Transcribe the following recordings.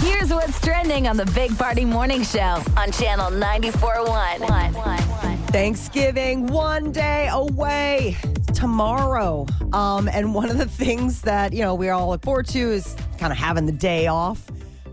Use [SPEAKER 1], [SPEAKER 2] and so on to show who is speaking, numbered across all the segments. [SPEAKER 1] Here's what's trending on the Big Party Morning Show on Channel 94.1.
[SPEAKER 2] Thanksgiving, one day away tomorrow. Um, and one of the things that, you know, we all look forward to is kind of having the day off.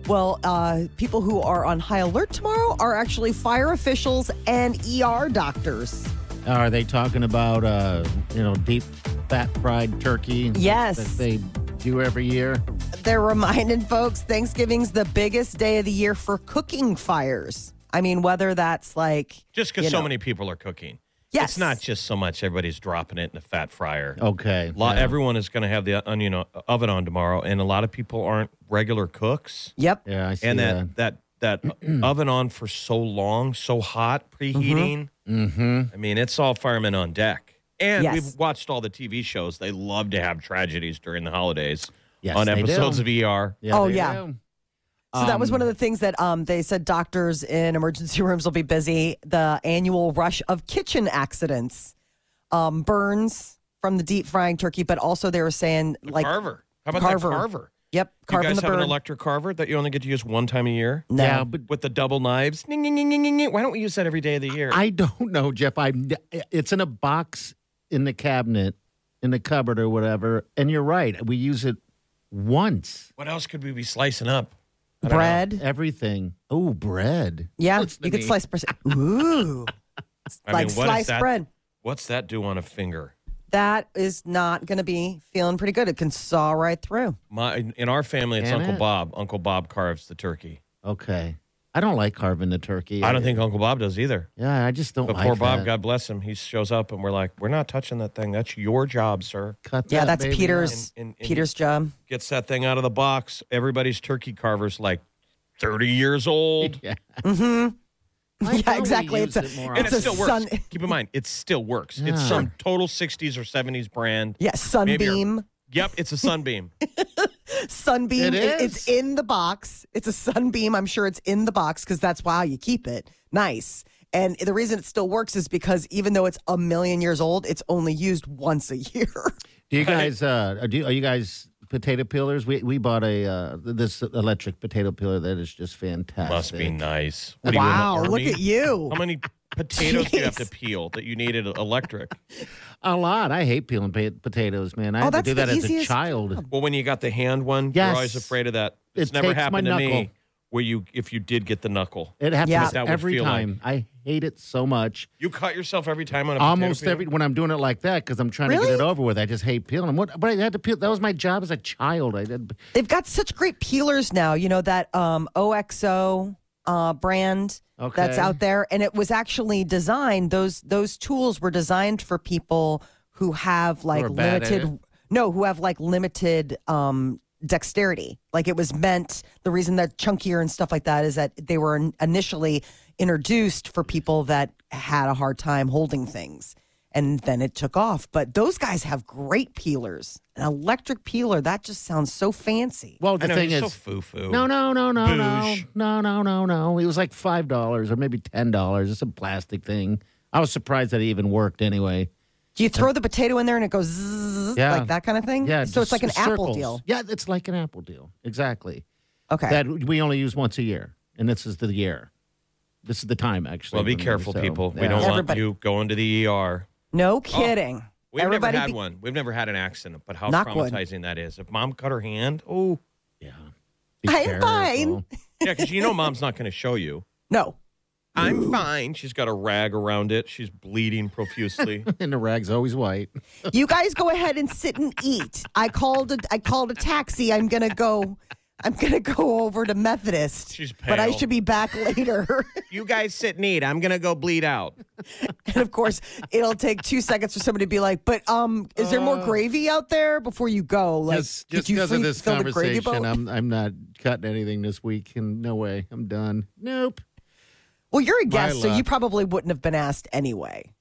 [SPEAKER 2] Well, uh, people who are on high alert tomorrow are actually fire officials and ER doctors.
[SPEAKER 3] Are they talking about uh, you know deep fat fried turkey? and
[SPEAKER 2] Yes.
[SPEAKER 3] that they do every year.
[SPEAKER 2] They're reminding folks Thanksgiving's the biggest day of the year for cooking fires. I mean, whether that's like
[SPEAKER 4] Just
[SPEAKER 2] you
[SPEAKER 4] because so
[SPEAKER 2] know.
[SPEAKER 4] many people are cooking.
[SPEAKER 2] Yes.
[SPEAKER 4] It's not just so much everybody's dropping it in a fat fryer.
[SPEAKER 3] Okay,
[SPEAKER 4] A
[SPEAKER 3] Oh,
[SPEAKER 4] lot,
[SPEAKER 3] yeah.
[SPEAKER 4] Everyone is going to have the uh, onion o- oven on tomorrow, and a lot of people aren't regular cooks.
[SPEAKER 2] Yep.
[SPEAKER 3] yeah, I see
[SPEAKER 4] And that that that oven on for so long, so hot, preheating.
[SPEAKER 3] Mm-hmm.
[SPEAKER 4] I mean, it's all firemen on deck. And
[SPEAKER 2] Yes.
[SPEAKER 4] we've watched all the TV shows. They love to have tragedies during the holidays
[SPEAKER 3] Yes,
[SPEAKER 4] on
[SPEAKER 3] they do.
[SPEAKER 4] episodes of ER.
[SPEAKER 2] Oh,
[SPEAKER 3] they
[SPEAKER 2] yeah.
[SPEAKER 3] do.
[SPEAKER 2] So that was one of the things that um, they said doctors in emergency rooms will be busy. The annual rush of kitchen accidents, um, burns from the deep frying turkey, but also they were saying
[SPEAKER 4] The
[SPEAKER 2] like,
[SPEAKER 4] carver. How about
[SPEAKER 2] Carver.
[SPEAKER 4] that carver?
[SPEAKER 2] yep,
[SPEAKER 4] Do you
[SPEAKER 2] carving
[SPEAKER 4] guys
[SPEAKER 2] the
[SPEAKER 4] have
[SPEAKER 2] burn.
[SPEAKER 4] an electric carver that you only get to use one time a year?
[SPEAKER 2] no.
[SPEAKER 3] Yeah, but
[SPEAKER 4] With the double knives? Ding, ding, ding, ding, ding, ding. Why don't we use that every day of the year?
[SPEAKER 3] I don't know, Jeff. I it's in a box in the cabinet, in the cupboard or whatever. And you're right. We use it once.
[SPEAKER 4] what else could we be slicing up? I don't know.
[SPEAKER 2] bread.
[SPEAKER 3] Everything. Oh, bread.
[SPEAKER 2] Yeah,
[SPEAKER 3] Listen to
[SPEAKER 2] you could
[SPEAKER 3] me.
[SPEAKER 2] slice bread. Ooh,
[SPEAKER 4] I
[SPEAKER 2] like
[SPEAKER 4] mean, what is
[SPEAKER 2] sliced
[SPEAKER 4] that-
[SPEAKER 2] bread.
[SPEAKER 4] What's that do on a finger?
[SPEAKER 2] That is not going to be feeling pretty good. It can saw right through.
[SPEAKER 4] My in our family, it's
[SPEAKER 3] Damn
[SPEAKER 4] Uncle
[SPEAKER 3] it.
[SPEAKER 4] Bob. Uncle Bob carves the turkey.
[SPEAKER 3] Okay. I don't like carving the turkey.
[SPEAKER 4] I don't think Uncle Bob does either.
[SPEAKER 3] Yeah, I just don't
[SPEAKER 4] But
[SPEAKER 3] like
[SPEAKER 4] poor Bob,
[SPEAKER 3] that.
[SPEAKER 4] God bless him, he shows up and we're like, "We're not touching that thing. That's your job, sir."
[SPEAKER 3] Cut
[SPEAKER 2] Yeah,
[SPEAKER 3] that
[SPEAKER 2] that's
[SPEAKER 3] baby
[SPEAKER 2] Peter's
[SPEAKER 4] And- and- and-
[SPEAKER 2] Peter's job.
[SPEAKER 4] Gets that thing out of the box. Everybody's turkey carver's like thirty years old,
[SPEAKER 3] Yeah.
[SPEAKER 2] Yeah,
[SPEAKER 3] Why don't we
[SPEAKER 2] exactly.
[SPEAKER 3] use
[SPEAKER 2] It's a-
[SPEAKER 3] it more
[SPEAKER 4] and
[SPEAKER 2] It's
[SPEAKER 4] it
[SPEAKER 2] a
[SPEAKER 4] still
[SPEAKER 2] sun-
[SPEAKER 4] works. Keep in mind, it still works.
[SPEAKER 3] Yeah.
[SPEAKER 4] It's some total '60s or '70s brand.
[SPEAKER 2] Yeah,
[SPEAKER 4] Maybe your-
[SPEAKER 2] sunbeam.
[SPEAKER 4] Yep, it's a sunbeam.
[SPEAKER 2] sunbeam
[SPEAKER 3] It
[SPEAKER 2] it-
[SPEAKER 3] is.
[SPEAKER 2] it's in the box it's a sunbeam i'm sure it's in the box because that's why you keep it nice and the reason it still works is because even though it's a million years old it's only used once a year
[SPEAKER 3] Do you guys uh do are you guys potato peelers? We we bought a uh this electric potato peeler that is just fantastic.
[SPEAKER 4] Must be nice. What are you, in the
[SPEAKER 2] wow look
[SPEAKER 4] army?
[SPEAKER 2] at you
[SPEAKER 4] How many potatoes do you have to
[SPEAKER 2] Jeez.
[SPEAKER 4] peel that you needed electric?
[SPEAKER 3] a lot. I hate peeling pa- potatoes, man. I
[SPEAKER 2] Oh,
[SPEAKER 3] had to
[SPEAKER 2] that's
[SPEAKER 3] do that
[SPEAKER 2] the
[SPEAKER 3] as a
[SPEAKER 2] easiest Oh.
[SPEAKER 3] child.
[SPEAKER 4] Well, when you got the hand one, you're always
[SPEAKER 3] Yes.
[SPEAKER 4] afraid of that.
[SPEAKER 3] It
[SPEAKER 4] It's never
[SPEAKER 3] takes my
[SPEAKER 4] happened to me
[SPEAKER 3] knuckle.
[SPEAKER 4] where you if you did get the knuckle.
[SPEAKER 3] It happens
[SPEAKER 2] Yeah.
[SPEAKER 4] That would
[SPEAKER 3] every
[SPEAKER 4] feel like-
[SPEAKER 3] time. I hate it so much.
[SPEAKER 4] You cut yourself every time on a potato
[SPEAKER 3] Almost
[SPEAKER 4] peeler?
[SPEAKER 3] every when I'm doing it like that because I'm trying to
[SPEAKER 2] Really?
[SPEAKER 3] get it over with. I just hate peeling them. What, but I had to peel. That was my job as a child. I did.
[SPEAKER 2] they've got such great peelers now you know that um, oxo uh, brand that's
[SPEAKER 3] Okay.
[SPEAKER 2] out there and it was actually designed those those tools were designed for people who have like
[SPEAKER 3] are bad at
[SPEAKER 2] limited no who have like limited um dexterity like it was meant the reason they're chunkier and stuff like that is that they were in- initially introduced for people that had a hard time holding things and then it took off but those guys have great peelers an electric peeler that just sounds so fancy
[SPEAKER 3] Well, the
[SPEAKER 4] I know,
[SPEAKER 3] thing
[SPEAKER 4] you're
[SPEAKER 3] is,
[SPEAKER 4] so foo-foo.
[SPEAKER 3] No, no, no, no, no,
[SPEAKER 4] Boosh.
[SPEAKER 3] no, no, no, no. It was like five dollars or maybe ten dollars. It's a plastic thing. I was surprised that it even worked anyway.
[SPEAKER 2] do you throw the potato in there and it goes zzz,
[SPEAKER 3] Yeah.
[SPEAKER 2] like that kind of thing
[SPEAKER 3] Yeah,
[SPEAKER 2] so it's
[SPEAKER 3] just
[SPEAKER 2] like an apple
[SPEAKER 3] circles.
[SPEAKER 2] deal
[SPEAKER 3] Yeah, it's like an apple deal. Exactly.
[SPEAKER 2] okay
[SPEAKER 3] That we only use once a year, and this is the year. This is the time actually.
[SPEAKER 4] Well, be
[SPEAKER 3] remember,
[SPEAKER 4] careful,
[SPEAKER 3] so,
[SPEAKER 4] people. We
[SPEAKER 3] yeah.
[SPEAKER 4] don't want
[SPEAKER 2] Everybody-
[SPEAKER 4] you going to the ER.
[SPEAKER 2] no kidding
[SPEAKER 4] We've
[SPEAKER 2] Everybody
[SPEAKER 4] never had
[SPEAKER 2] be-
[SPEAKER 4] one. We've never had an accident, but how
[SPEAKER 2] Knock wood.
[SPEAKER 4] traumatizing that is. If mom cut her hand, oh,
[SPEAKER 3] Yeah. Be
[SPEAKER 2] I'm fine.
[SPEAKER 3] careful.
[SPEAKER 4] yeah, because you know mom's not going to show you.
[SPEAKER 2] no
[SPEAKER 4] I'm fine. She's got a rag around it. She's bleeding profusely.
[SPEAKER 3] and the rag's always white.
[SPEAKER 2] You guys go ahead and sit and eat. I called a I called a taxi. I'm gonna go. I'm gonna go over to Methodist.
[SPEAKER 4] She's pale.
[SPEAKER 2] But I should be back later.
[SPEAKER 4] you guys sit neat. I'm going to go bleed out.
[SPEAKER 2] And of course, it'll take two seconds for somebody to be like, "But um, is there more gravy out there?" Before you go, like,
[SPEAKER 3] Just
[SPEAKER 2] did
[SPEAKER 3] Uh. just
[SPEAKER 2] you
[SPEAKER 3] because of
[SPEAKER 2] free-
[SPEAKER 3] this
[SPEAKER 2] fill the gravy
[SPEAKER 3] conversation,
[SPEAKER 2] boat?
[SPEAKER 3] I'm I'm not cutting anything this week. And no way, I'm done. Nope.
[SPEAKER 2] Well, you're a guest, so
[SPEAKER 3] luck.
[SPEAKER 2] you probably wouldn't have been asked anyway.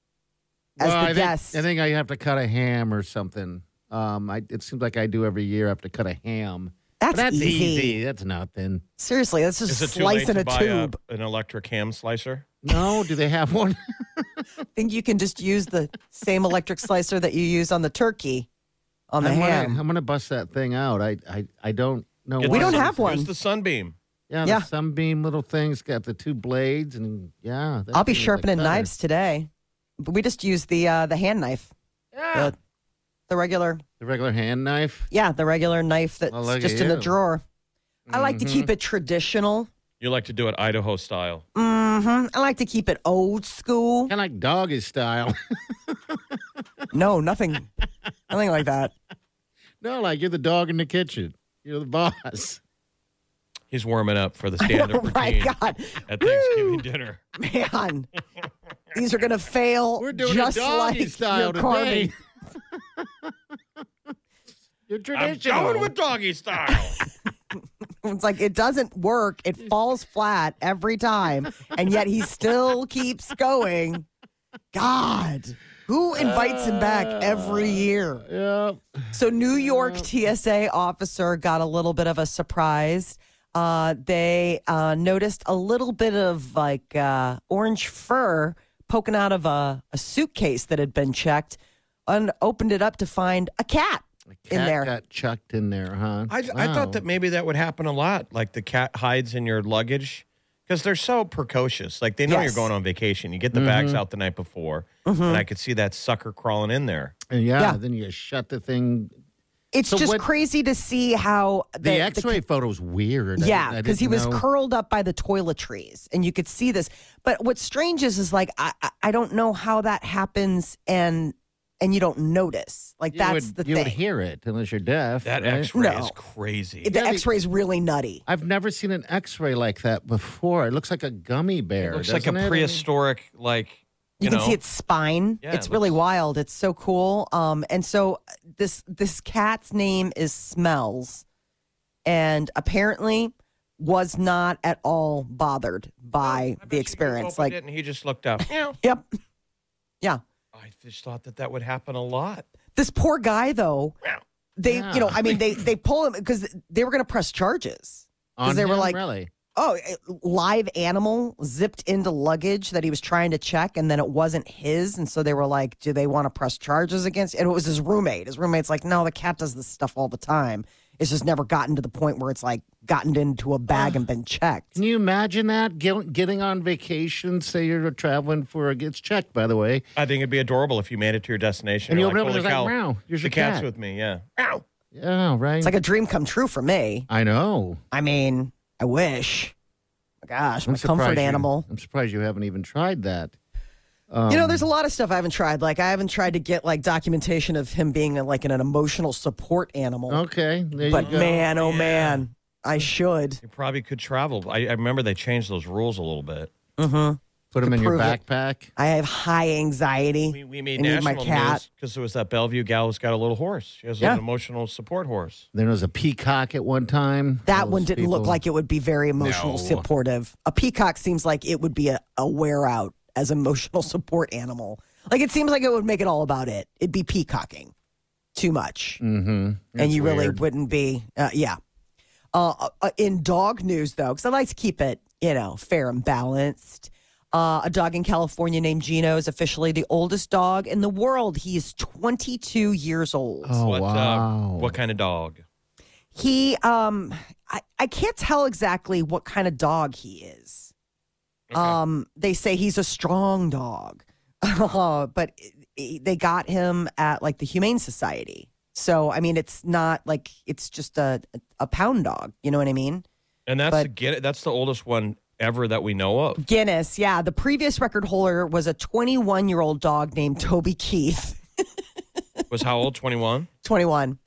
[SPEAKER 2] As
[SPEAKER 3] Well,
[SPEAKER 2] the
[SPEAKER 3] I think,
[SPEAKER 2] guest,
[SPEAKER 3] I think I have to cut a ham or something. Um, I, it seems like I do every year. I have to cut a ham.
[SPEAKER 2] that's,
[SPEAKER 3] But that's
[SPEAKER 2] easy.
[SPEAKER 3] easy. That's nothing.
[SPEAKER 2] Seriously, that's just
[SPEAKER 4] Is it too late
[SPEAKER 2] slicing
[SPEAKER 4] to
[SPEAKER 2] a
[SPEAKER 4] buy
[SPEAKER 2] tube.
[SPEAKER 4] A, an electric ham slicer?
[SPEAKER 3] No, do they have one?
[SPEAKER 2] I think you can just use the same electric slicer that you use on the turkey on the
[SPEAKER 3] I'm
[SPEAKER 2] ham.
[SPEAKER 3] Gonna, I'm gonna bust that thing out. I I, I don't know.
[SPEAKER 4] Get
[SPEAKER 3] why.
[SPEAKER 2] We
[SPEAKER 4] the
[SPEAKER 2] don't
[SPEAKER 4] sun-
[SPEAKER 2] have one.
[SPEAKER 4] Use the sunbeam.
[SPEAKER 3] Yeah,
[SPEAKER 2] Yeah.
[SPEAKER 3] The sunbeam little thing's got the two blades and yeah. that
[SPEAKER 2] I'll be
[SPEAKER 3] thing is a
[SPEAKER 2] sharpening
[SPEAKER 3] cutter.
[SPEAKER 2] knives today. But we just use the uh, the hand knife.
[SPEAKER 3] Yeah.
[SPEAKER 2] The, the regular,
[SPEAKER 3] The regular hand knife.
[SPEAKER 2] yeah, the regular knife that's
[SPEAKER 3] Well, look at
[SPEAKER 2] just in the
[SPEAKER 3] you.
[SPEAKER 2] drawer. I like to
[SPEAKER 3] Mm-hmm.
[SPEAKER 2] keep it traditional.
[SPEAKER 4] You like to do it Idaho style.
[SPEAKER 2] hmm I like to keep it old school.
[SPEAKER 3] Kind of like doggy style.
[SPEAKER 2] No, nothing, nothing like that.
[SPEAKER 3] no, like you're the dog in the kitchen. You're the boss.
[SPEAKER 4] He's warming up for the stand
[SPEAKER 2] Oh
[SPEAKER 4] up
[SPEAKER 2] my
[SPEAKER 4] routine
[SPEAKER 2] God,
[SPEAKER 4] at Thanksgiving dinner.
[SPEAKER 2] man, these are gonna fail.
[SPEAKER 3] We're doing
[SPEAKER 2] just
[SPEAKER 3] a doggy
[SPEAKER 2] like
[SPEAKER 3] style
[SPEAKER 2] your carving.
[SPEAKER 3] today. Your
[SPEAKER 4] I'm
[SPEAKER 3] traditional.
[SPEAKER 4] going with doggy style.
[SPEAKER 2] It's like it doesn't work. It
[SPEAKER 3] Mm.
[SPEAKER 2] falls flat every time, and yet he still keeps going. God, who invites him back every
[SPEAKER 3] Uh.
[SPEAKER 2] year?
[SPEAKER 3] Yeah.
[SPEAKER 2] So, New York TSA officer got a little bit of a surprise. Uh, they uh, noticed a little bit of like uh, orange fur poking out of a, a suitcase that had been checked, and opened it up to find a cat.
[SPEAKER 3] Cat
[SPEAKER 2] in there.
[SPEAKER 3] got chucked in there, huh?
[SPEAKER 4] I, I
[SPEAKER 3] Wow.
[SPEAKER 4] thought that maybe that would happen a lot. Like the cat hides in your luggage because they're so precocious. Like they know
[SPEAKER 2] Yes.
[SPEAKER 4] you're going on vacation. You get the bags out the night before, and I could see that sucker crawling in there.
[SPEAKER 3] And yeah,
[SPEAKER 2] Yeah.
[SPEAKER 3] Then you shut the thing.
[SPEAKER 2] It's
[SPEAKER 3] So
[SPEAKER 2] just
[SPEAKER 3] what-
[SPEAKER 2] crazy to see how
[SPEAKER 3] The, X-ray photo's weird. I
[SPEAKER 2] Yeah,
[SPEAKER 3] didn't- I
[SPEAKER 2] because he
[SPEAKER 3] didn't
[SPEAKER 2] was
[SPEAKER 3] know.
[SPEAKER 2] curled up by the toiletries, and you could see this. But what's strange is, is like I, I- I don't know how that happens, and and you don't notice. Like
[SPEAKER 3] You
[SPEAKER 2] that's
[SPEAKER 3] would,
[SPEAKER 2] the
[SPEAKER 3] you
[SPEAKER 2] thing.
[SPEAKER 3] would hear it unless you're deaf.
[SPEAKER 4] That
[SPEAKER 3] right?
[SPEAKER 4] X-ray
[SPEAKER 2] No.
[SPEAKER 4] is crazy.
[SPEAKER 2] the X-ray is really nutty.
[SPEAKER 3] I've never seen an X-ray like that before. It looks like a gummy bear.
[SPEAKER 4] it looks like
[SPEAKER 3] doesn't it? I
[SPEAKER 4] a
[SPEAKER 3] mean,
[SPEAKER 4] prehistoric, like
[SPEAKER 2] You,
[SPEAKER 4] you,
[SPEAKER 2] can
[SPEAKER 4] know,
[SPEAKER 2] see its spine.
[SPEAKER 4] Yeah,
[SPEAKER 2] it's
[SPEAKER 4] it
[SPEAKER 2] really
[SPEAKER 4] looks-
[SPEAKER 2] wild. It's so cool. Um, and so this this cat's name is Smells, and apparently was not at all bothered by
[SPEAKER 4] I bet
[SPEAKER 2] the
[SPEAKER 4] you
[SPEAKER 2] experience.
[SPEAKER 4] opened
[SPEAKER 2] Like,
[SPEAKER 4] it and he just looked up. Meow.
[SPEAKER 2] yep, yeah.
[SPEAKER 4] I just thought that that would happen a lot.
[SPEAKER 2] This poor guy, though, they, you know,
[SPEAKER 3] Yeah.
[SPEAKER 2] I mean, they they pull him because they were going to press charges.
[SPEAKER 3] on
[SPEAKER 2] they were
[SPEAKER 3] him,
[SPEAKER 2] like-
[SPEAKER 3] really.
[SPEAKER 2] Oh, eh, live animal zipped into luggage that he was trying to check, and then it wasn't his, and so they were like, "Do they want to press charges against?" And it was his roommate. His roommate's like, "No, the cat does this stuff all the time. It's just never gotten to the point where it's like gotten into a bag and been checked."
[SPEAKER 3] Can you imagine that Gil- getting on vacation? Say you're traveling for a gets checked, by the way,
[SPEAKER 4] I think it'd be adorable if you made it to your destination.
[SPEAKER 3] and you
[SPEAKER 4] You're
[SPEAKER 3] open
[SPEAKER 4] like,
[SPEAKER 3] up and
[SPEAKER 4] "Holy
[SPEAKER 3] it's like,
[SPEAKER 4] cow,
[SPEAKER 3] "Wow, here's
[SPEAKER 4] the
[SPEAKER 3] your
[SPEAKER 4] cat's
[SPEAKER 3] cat."
[SPEAKER 4] with me." Yeah. Meow.
[SPEAKER 3] Yeah, right.
[SPEAKER 2] It's like a dream come true for me.
[SPEAKER 3] I know.
[SPEAKER 2] I mean, I wish. Gosh, my
[SPEAKER 3] surprised
[SPEAKER 2] comfort
[SPEAKER 3] you-
[SPEAKER 2] animal.
[SPEAKER 3] I'm surprised you haven't even tried that.
[SPEAKER 2] You
[SPEAKER 3] Um,
[SPEAKER 2] know, there's a lot of stuff I haven't tried. Like I haven't tried to get like documentation of him being like an, an emotional support animal.
[SPEAKER 3] Okay, there you
[SPEAKER 2] but
[SPEAKER 3] go.
[SPEAKER 2] man, oh man, I should.
[SPEAKER 4] You probably could travel. I, I remember they changed those rules a little bit.
[SPEAKER 3] Put them in your
[SPEAKER 2] prove it.
[SPEAKER 3] backpack.
[SPEAKER 2] I have high anxiety.
[SPEAKER 4] We, we made
[SPEAKER 2] I need my
[SPEAKER 4] national
[SPEAKER 2] cat.
[SPEAKER 4] news because there was that Bellevue gal who's got a little horse. She has
[SPEAKER 2] Yeah.
[SPEAKER 4] an emotional support horse.
[SPEAKER 3] There was a peacock at one time.
[SPEAKER 2] That
[SPEAKER 3] Those
[SPEAKER 2] one didn't look
[SPEAKER 3] people-
[SPEAKER 2] like it would be very emotional
[SPEAKER 3] No.
[SPEAKER 2] supportive. A peacock seems like it would be a, a wear out as emotional support animal. Like it seems like it would make it all about it. It'd be peacocking too much.
[SPEAKER 3] Mhm.
[SPEAKER 2] and
[SPEAKER 3] That's
[SPEAKER 2] you really
[SPEAKER 3] weird.
[SPEAKER 2] wouldn't be. Uh, yeah. Uh, uh, in dog news, though, because I like to keep it, you know, fair and balanced. Uh, a dog in California named Gino is officially the oldest dog in the world. He is 22 years old.
[SPEAKER 3] Oh
[SPEAKER 4] what,
[SPEAKER 3] wow!
[SPEAKER 4] Uh, what kind of dog?
[SPEAKER 2] He, um, I, I can't tell exactly what kind of dog he is. Um, they say he's a strong dog, uh, but i- i- they got him at like the Humane Society. So I mean, it's not like it's just a a pound dog. You know what I mean?
[SPEAKER 4] And that's
[SPEAKER 2] But-
[SPEAKER 4] the Guin- that's the oldest one ever that we know of.
[SPEAKER 2] Guinness, yeah. The previous record holder was a 21 year old dog named Toby Keith.
[SPEAKER 4] Was how old? Twenty one.
[SPEAKER 2] 21.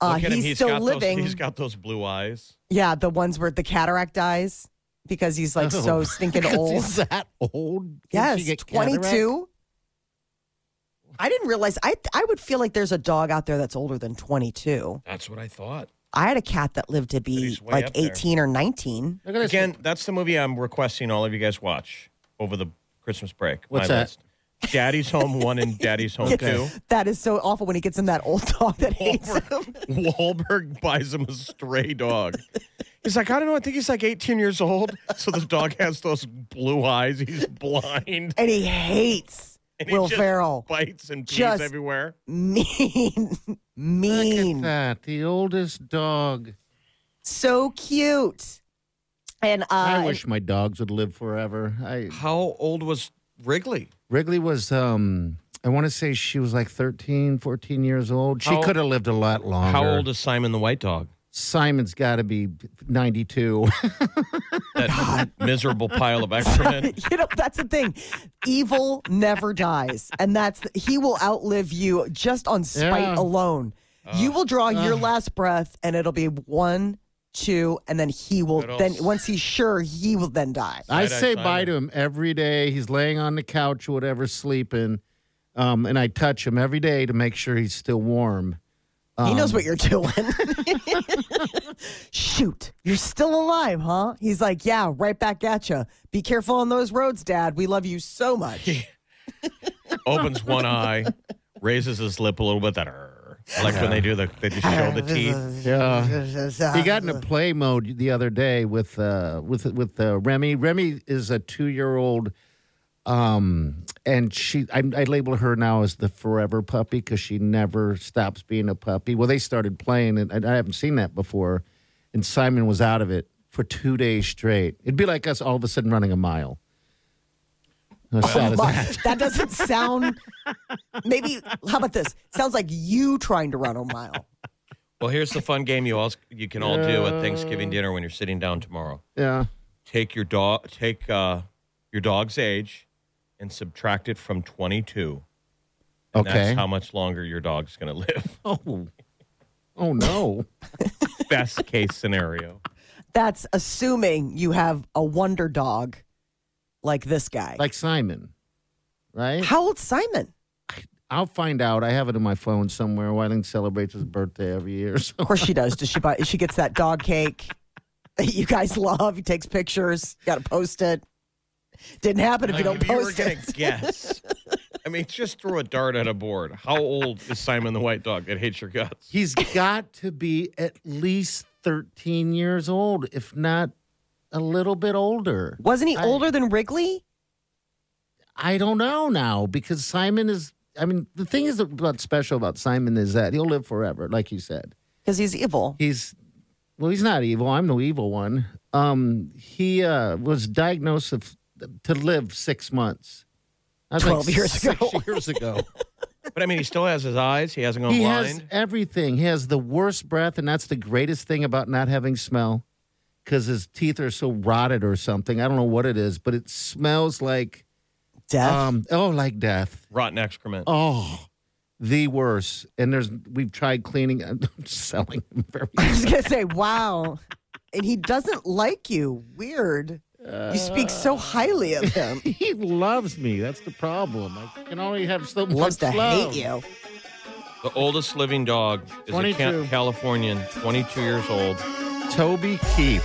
[SPEAKER 2] Uh,
[SPEAKER 4] Look at
[SPEAKER 2] he's,
[SPEAKER 4] him.
[SPEAKER 2] still
[SPEAKER 4] got
[SPEAKER 2] living.
[SPEAKER 4] Those, he's got those blue eyes.
[SPEAKER 2] yeah, the ones where the cataract dies because he's like
[SPEAKER 3] Oh.
[SPEAKER 2] so stinking
[SPEAKER 3] Because
[SPEAKER 2] old.
[SPEAKER 3] He's that old? Did she
[SPEAKER 2] Yes,
[SPEAKER 3] get
[SPEAKER 2] 22.
[SPEAKER 3] cataract?
[SPEAKER 2] I didn't realize I I would feel like there's a dog out there that's older than 22.
[SPEAKER 4] That's what I thought.
[SPEAKER 2] I had a cat that lived to be
[SPEAKER 4] He's way
[SPEAKER 2] like
[SPEAKER 4] up there.
[SPEAKER 2] 18 or 19.
[SPEAKER 3] Look at this.
[SPEAKER 4] Again, that's the movie I'm requesting all of you guys watch over the Christmas break.
[SPEAKER 3] What's
[SPEAKER 4] my
[SPEAKER 3] that?
[SPEAKER 4] List. Daddy's Home 1 and Daddy's Home 2.
[SPEAKER 2] That is so awful when he gets him that old dog that hates him.
[SPEAKER 4] Wahlberg buys him a stray dog. He's like, I don't know. I think he's like 18 years old. So the dog has those blue eyes. He's blind.
[SPEAKER 2] And he hates
[SPEAKER 4] And he
[SPEAKER 2] Will
[SPEAKER 4] just
[SPEAKER 2] Ferrell.
[SPEAKER 4] bites and pees
[SPEAKER 2] Just-
[SPEAKER 4] everywhere.
[SPEAKER 2] Mean.
[SPEAKER 3] Look
[SPEAKER 2] mean.
[SPEAKER 3] at that. The oldest dog.
[SPEAKER 2] So cute. And uh
[SPEAKER 3] I
[SPEAKER 2] and-
[SPEAKER 3] wish my dogs would live forever. I
[SPEAKER 4] How old was Wrigley?
[SPEAKER 3] Wrigley was um I want to say she was like 13, 14 years old. She
[SPEAKER 4] How-
[SPEAKER 3] could have lived a lot longer.
[SPEAKER 4] How old is Simon the White Dog?
[SPEAKER 3] Simon's got to be 92.
[SPEAKER 4] That miserable pile of excrement.
[SPEAKER 2] you know that's the thing evil never dies and that's he will outlive you just on spite
[SPEAKER 3] Yeah. Uh,
[SPEAKER 2] alone you will draw your last breath and it'll be one two and then he will
[SPEAKER 4] Good old
[SPEAKER 2] then
[SPEAKER 4] s-
[SPEAKER 2] once he's sure he will then die
[SPEAKER 3] I
[SPEAKER 4] Right-eye
[SPEAKER 3] say bye
[SPEAKER 4] Simon.
[SPEAKER 3] to him every day. He's laying on the couch or whatever, sleeping. Um, and I touch him every day to make sure he's still warm.
[SPEAKER 2] he knows
[SPEAKER 3] Um.
[SPEAKER 2] what you're doing shoot you're still alive huh he's like yeah right back at you be careful on those roads dad we love you so much
[SPEAKER 4] Opens one eye, raises his lip a little bit. That "Arr." I like when they do the they just show the teeth.
[SPEAKER 3] Yeah. He got in a play mode the other day with uh, with with uh, Remy. Remy is a two year old, um, and she I, I label her now as the forever puppy because she never stops being a puppy. Well, they started playing, and and I haven't seen that before. And Simon was out of it for two days straight. It'd be like us all of a sudden running a mile. As sad as that.
[SPEAKER 2] But that doesn't sound. Maybe how about this? Sounds like you trying to run a mile.
[SPEAKER 4] Well, here's the fun game you all you can all do at Thanksgiving dinner when you're sitting down tomorrow.
[SPEAKER 3] Yeah.
[SPEAKER 4] Take your dog, take uh, your dog's age, and subtract it from 22. And
[SPEAKER 3] Okay.
[SPEAKER 4] That's how much longer your dog's going to live.
[SPEAKER 3] oh. Oh no.
[SPEAKER 4] Best case scenario.
[SPEAKER 2] That's assuming you have a wonder dog like this guy.
[SPEAKER 3] like Simon, right?
[SPEAKER 2] how old's Simon?
[SPEAKER 3] I'll find out. I have it in my phone somewhere. Wyling celebrates his birthday every year. So
[SPEAKER 2] Of course she does. Does she buy? She gets that dog cake. that You guys love. He takes pictures. Got to post it. Didn't happen if you don't
[SPEAKER 4] Like, if you were
[SPEAKER 2] post
[SPEAKER 4] going
[SPEAKER 2] it.
[SPEAKER 4] to guess, I mean, just throw a dart at a board. How old is Simon the White Dog that hates your guts?
[SPEAKER 3] he's got to be at least 13 years old, if not a little bit older.
[SPEAKER 2] Wasn't he
[SPEAKER 3] I-
[SPEAKER 2] older than Wrigley?
[SPEAKER 3] I don't know now because Simon is. I mean, the thing is about special about Simon is that he'll live forever, like you said.
[SPEAKER 2] Because he's evil.
[SPEAKER 3] he's well he's not evil i'm no evil one um he uh was diagnosed of, to live six months That was
[SPEAKER 2] 12 years
[SPEAKER 3] six
[SPEAKER 2] ago.
[SPEAKER 3] years ago
[SPEAKER 4] But I mean, he still has his eyes. He hasn't gone
[SPEAKER 3] he
[SPEAKER 4] blind.
[SPEAKER 3] has everything he has the worst breath and that's the greatest thing about not having smell because his teeth are so rotted or something i don't know what it is but it smells like
[SPEAKER 2] Death.
[SPEAKER 3] um oh like death
[SPEAKER 4] Rotten excrement.
[SPEAKER 3] oh the worst and there's we've tried cleaning i'm selling him very
[SPEAKER 2] I was gonna say, wow. And he doesn't like you. Weird. You speak so highly of him.
[SPEAKER 3] He loves me. That's the problem. I can only have so much
[SPEAKER 2] Loves to
[SPEAKER 3] love.
[SPEAKER 2] hate you.
[SPEAKER 4] The oldest living dog is a
[SPEAKER 3] 22.
[SPEAKER 4] Ca- Californian, 22 years old.
[SPEAKER 3] Toby Keith.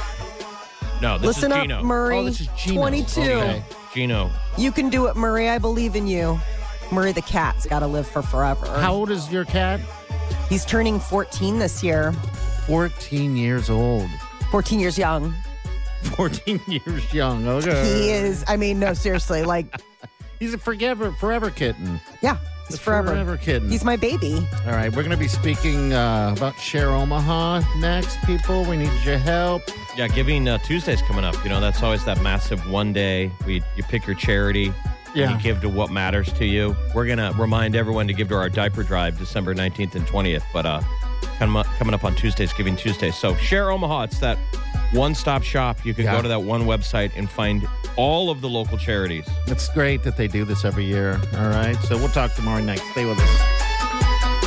[SPEAKER 4] No, this
[SPEAKER 2] Listen
[SPEAKER 4] is
[SPEAKER 2] up,
[SPEAKER 4] Gino.
[SPEAKER 2] Murray.
[SPEAKER 3] Oh, this is Gino.
[SPEAKER 2] 22.
[SPEAKER 3] Okay.
[SPEAKER 4] Gino,
[SPEAKER 2] You can do it, Murray. I believe in you. Murray the cat's got to live for forever.
[SPEAKER 3] How old is your cat?
[SPEAKER 2] He's turning 14 this year.
[SPEAKER 3] 14 years old.
[SPEAKER 2] 14 years young.
[SPEAKER 3] 14 years young. Okay.
[SPEAKER 2] He is, I mean, no, seriously, like,
[SPEAKER 3] He's a forever, forever kitten.
[SPEAKER 2] yeah, he's forever.
[SPEAKER 3] kitten.
[SPEAKER 2] He's my baby.
[SPEAKER 3] All right, we're going to be speaking uh, about Share Omaha next, people. We need your help.
[SPEAKER 4] yeah, Giving uh, Tuesday's coming up. You know, that's always that massive one day. We you pick your charity.
[SPEAKER 3] Yeah.
[SPEAKER 4] You give to what matters to you. We're gonna remind everyone to give to our diaper drive December 19th and 20th. But uh, come up, coming up on Tuesday's Giving Tuesday. So Share Omaha, it's that one-stop shop. You can
[SPEAKER 3] Yeah.
[SPEAKER 4] go to that one website and find all of the local charities.
[SPEAKER 3] It's great that they do this every year. All right, so we'll talk tomorrow night. Stay with us.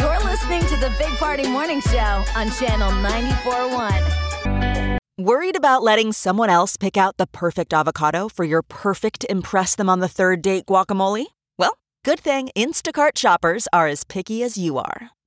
[SPEAKER 1] You're listening to the Big Party Morning Show on Channel 941.
[SPEAKER 5] Worried about letting someone else pick out the perfect avocado for your perfect Impress Them on the Third Date guacamole? Well, good thing Instacart shoppers are as picky as you are.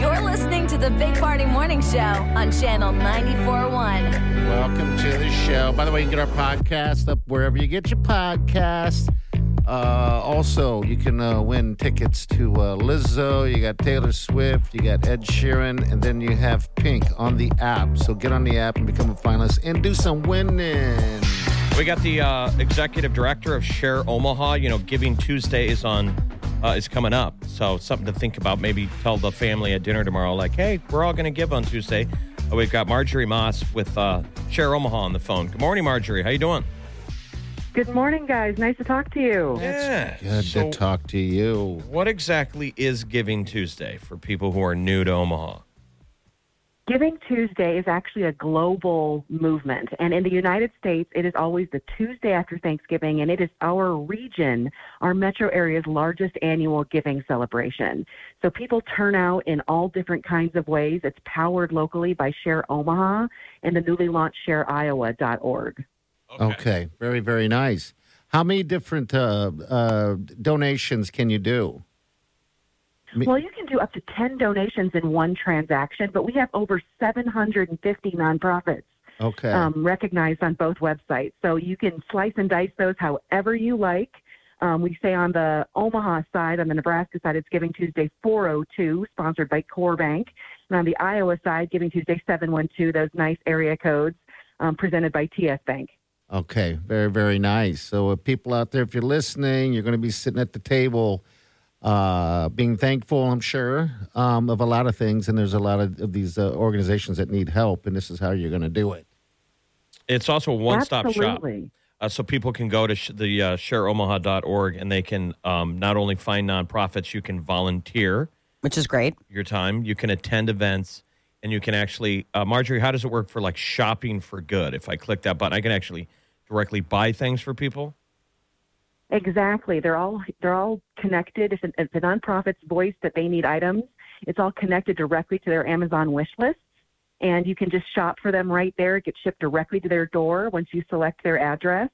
[SPEAKER 1] You're listening to the Big Party Morning Show on Channel 94.1.
[SPEAKER 3] Welcome to the show. By the way, you can get our podcast up wherever you get your podcast. Uh, also, you can uh, win tickets to uh, Lizzo. You got Taylor Swift. You got Ed Sheeran, and then you have Pink on the app. So get on the app and become a finalist and do some winning.
[SPEAKER 4] We got the uh, executive director of Share Omaha. You know, Giving Tuesday is on uh, is coming up, so something to think about. Maybe tell the family at dinner tomorrow, like, hey, we're all going to give on Tuesday. Uh, we've got Marjorie Moss with uh, Share Omaha on the phone. Good morning, Marjorie. How you doing?
[SPEAKER 6] Good morning, guys. Nice to talk to you.
[SPEAKER 4] Yeah.
[SPEAKER 3] Good
[SPEAKER 4] So
[SPEAKER 3] to talk to you.
[SPEAKER 4] What exactly is Giving Tuesday for people who are new to Omaha?
[SPEAKER 6] Giving Tuesday is actually a global movement. And in the United States, it is always the Tuesday after Thanksgiving, and it is our region, our metro area's largest annual giving celebration. So people turn out in all different kinds of ways. It's powered locally by Share Omaha and the newly launched shareiowa.org.
[SPEAKER 3] Okay. Very very nice. How many different uh, uh, donations can you do? Me-
[SPEAKER 6] Well, you can do up to 10 donations in one transaction, but we have over 750 nonprofits.
[SPEAKER 3] Okay.
[SPEAKER 6] um, recognized on both websites. So you can slice and dice those however you like. Um, we say on the Omaha side, on the Nebraska side, it's Giving Tuesday 402, sponsored by Core Bank. And on the Iowa side, Giving Tuesday 712, those nice area codes um, presented by TS Bank.
[SPEAKER 3] Okay, very very nice. So, uh, people out there, if you're listening, you're going to be sitting at the table, uh, being thankful, I'm sure, um, of a lot of things. And there's a lot of, of these uh, organizations that need help, and this is how you're going to do it.
[SPEAKER 4] It's also a one-stop shop.
[SPEAKER 6] Absolutely.
[SPEAKER 4] Uh, so people can go to sh- the uh, shareomaha.org and they can um, not only find nonprofits, you can volunteer
[SPEAKER 2] which is great.
[SPEAKER 4] your time, you can attend events, and you can actually, uh, Marjorie, how does it work for like shopping for good? If I click that button, I can actually directly buy things for people.
[SPEAKER 6] Exactly. They're all they're all connected. If, an, if the nonprofit's voice that they need items, it's all connected directly to their Amazon wish list, and you can just shop for them right there. It gets shipped directly to their door once you select their address,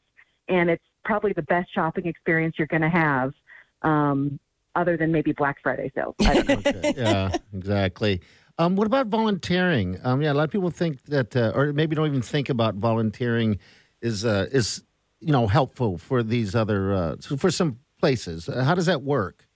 [SPEAKER 6] and it's probably the best shopping experience you're going to have, um, other than maybe Black Friday sales. I don't know.
[SPEAKER 3] yeah, exactly. Um, what about volunteering? Um, yeah, a lot of people think that, uh, or maybe don't even think about volunteering is uh, is you know helpful for these other uh, for some places. Uh, how does that work?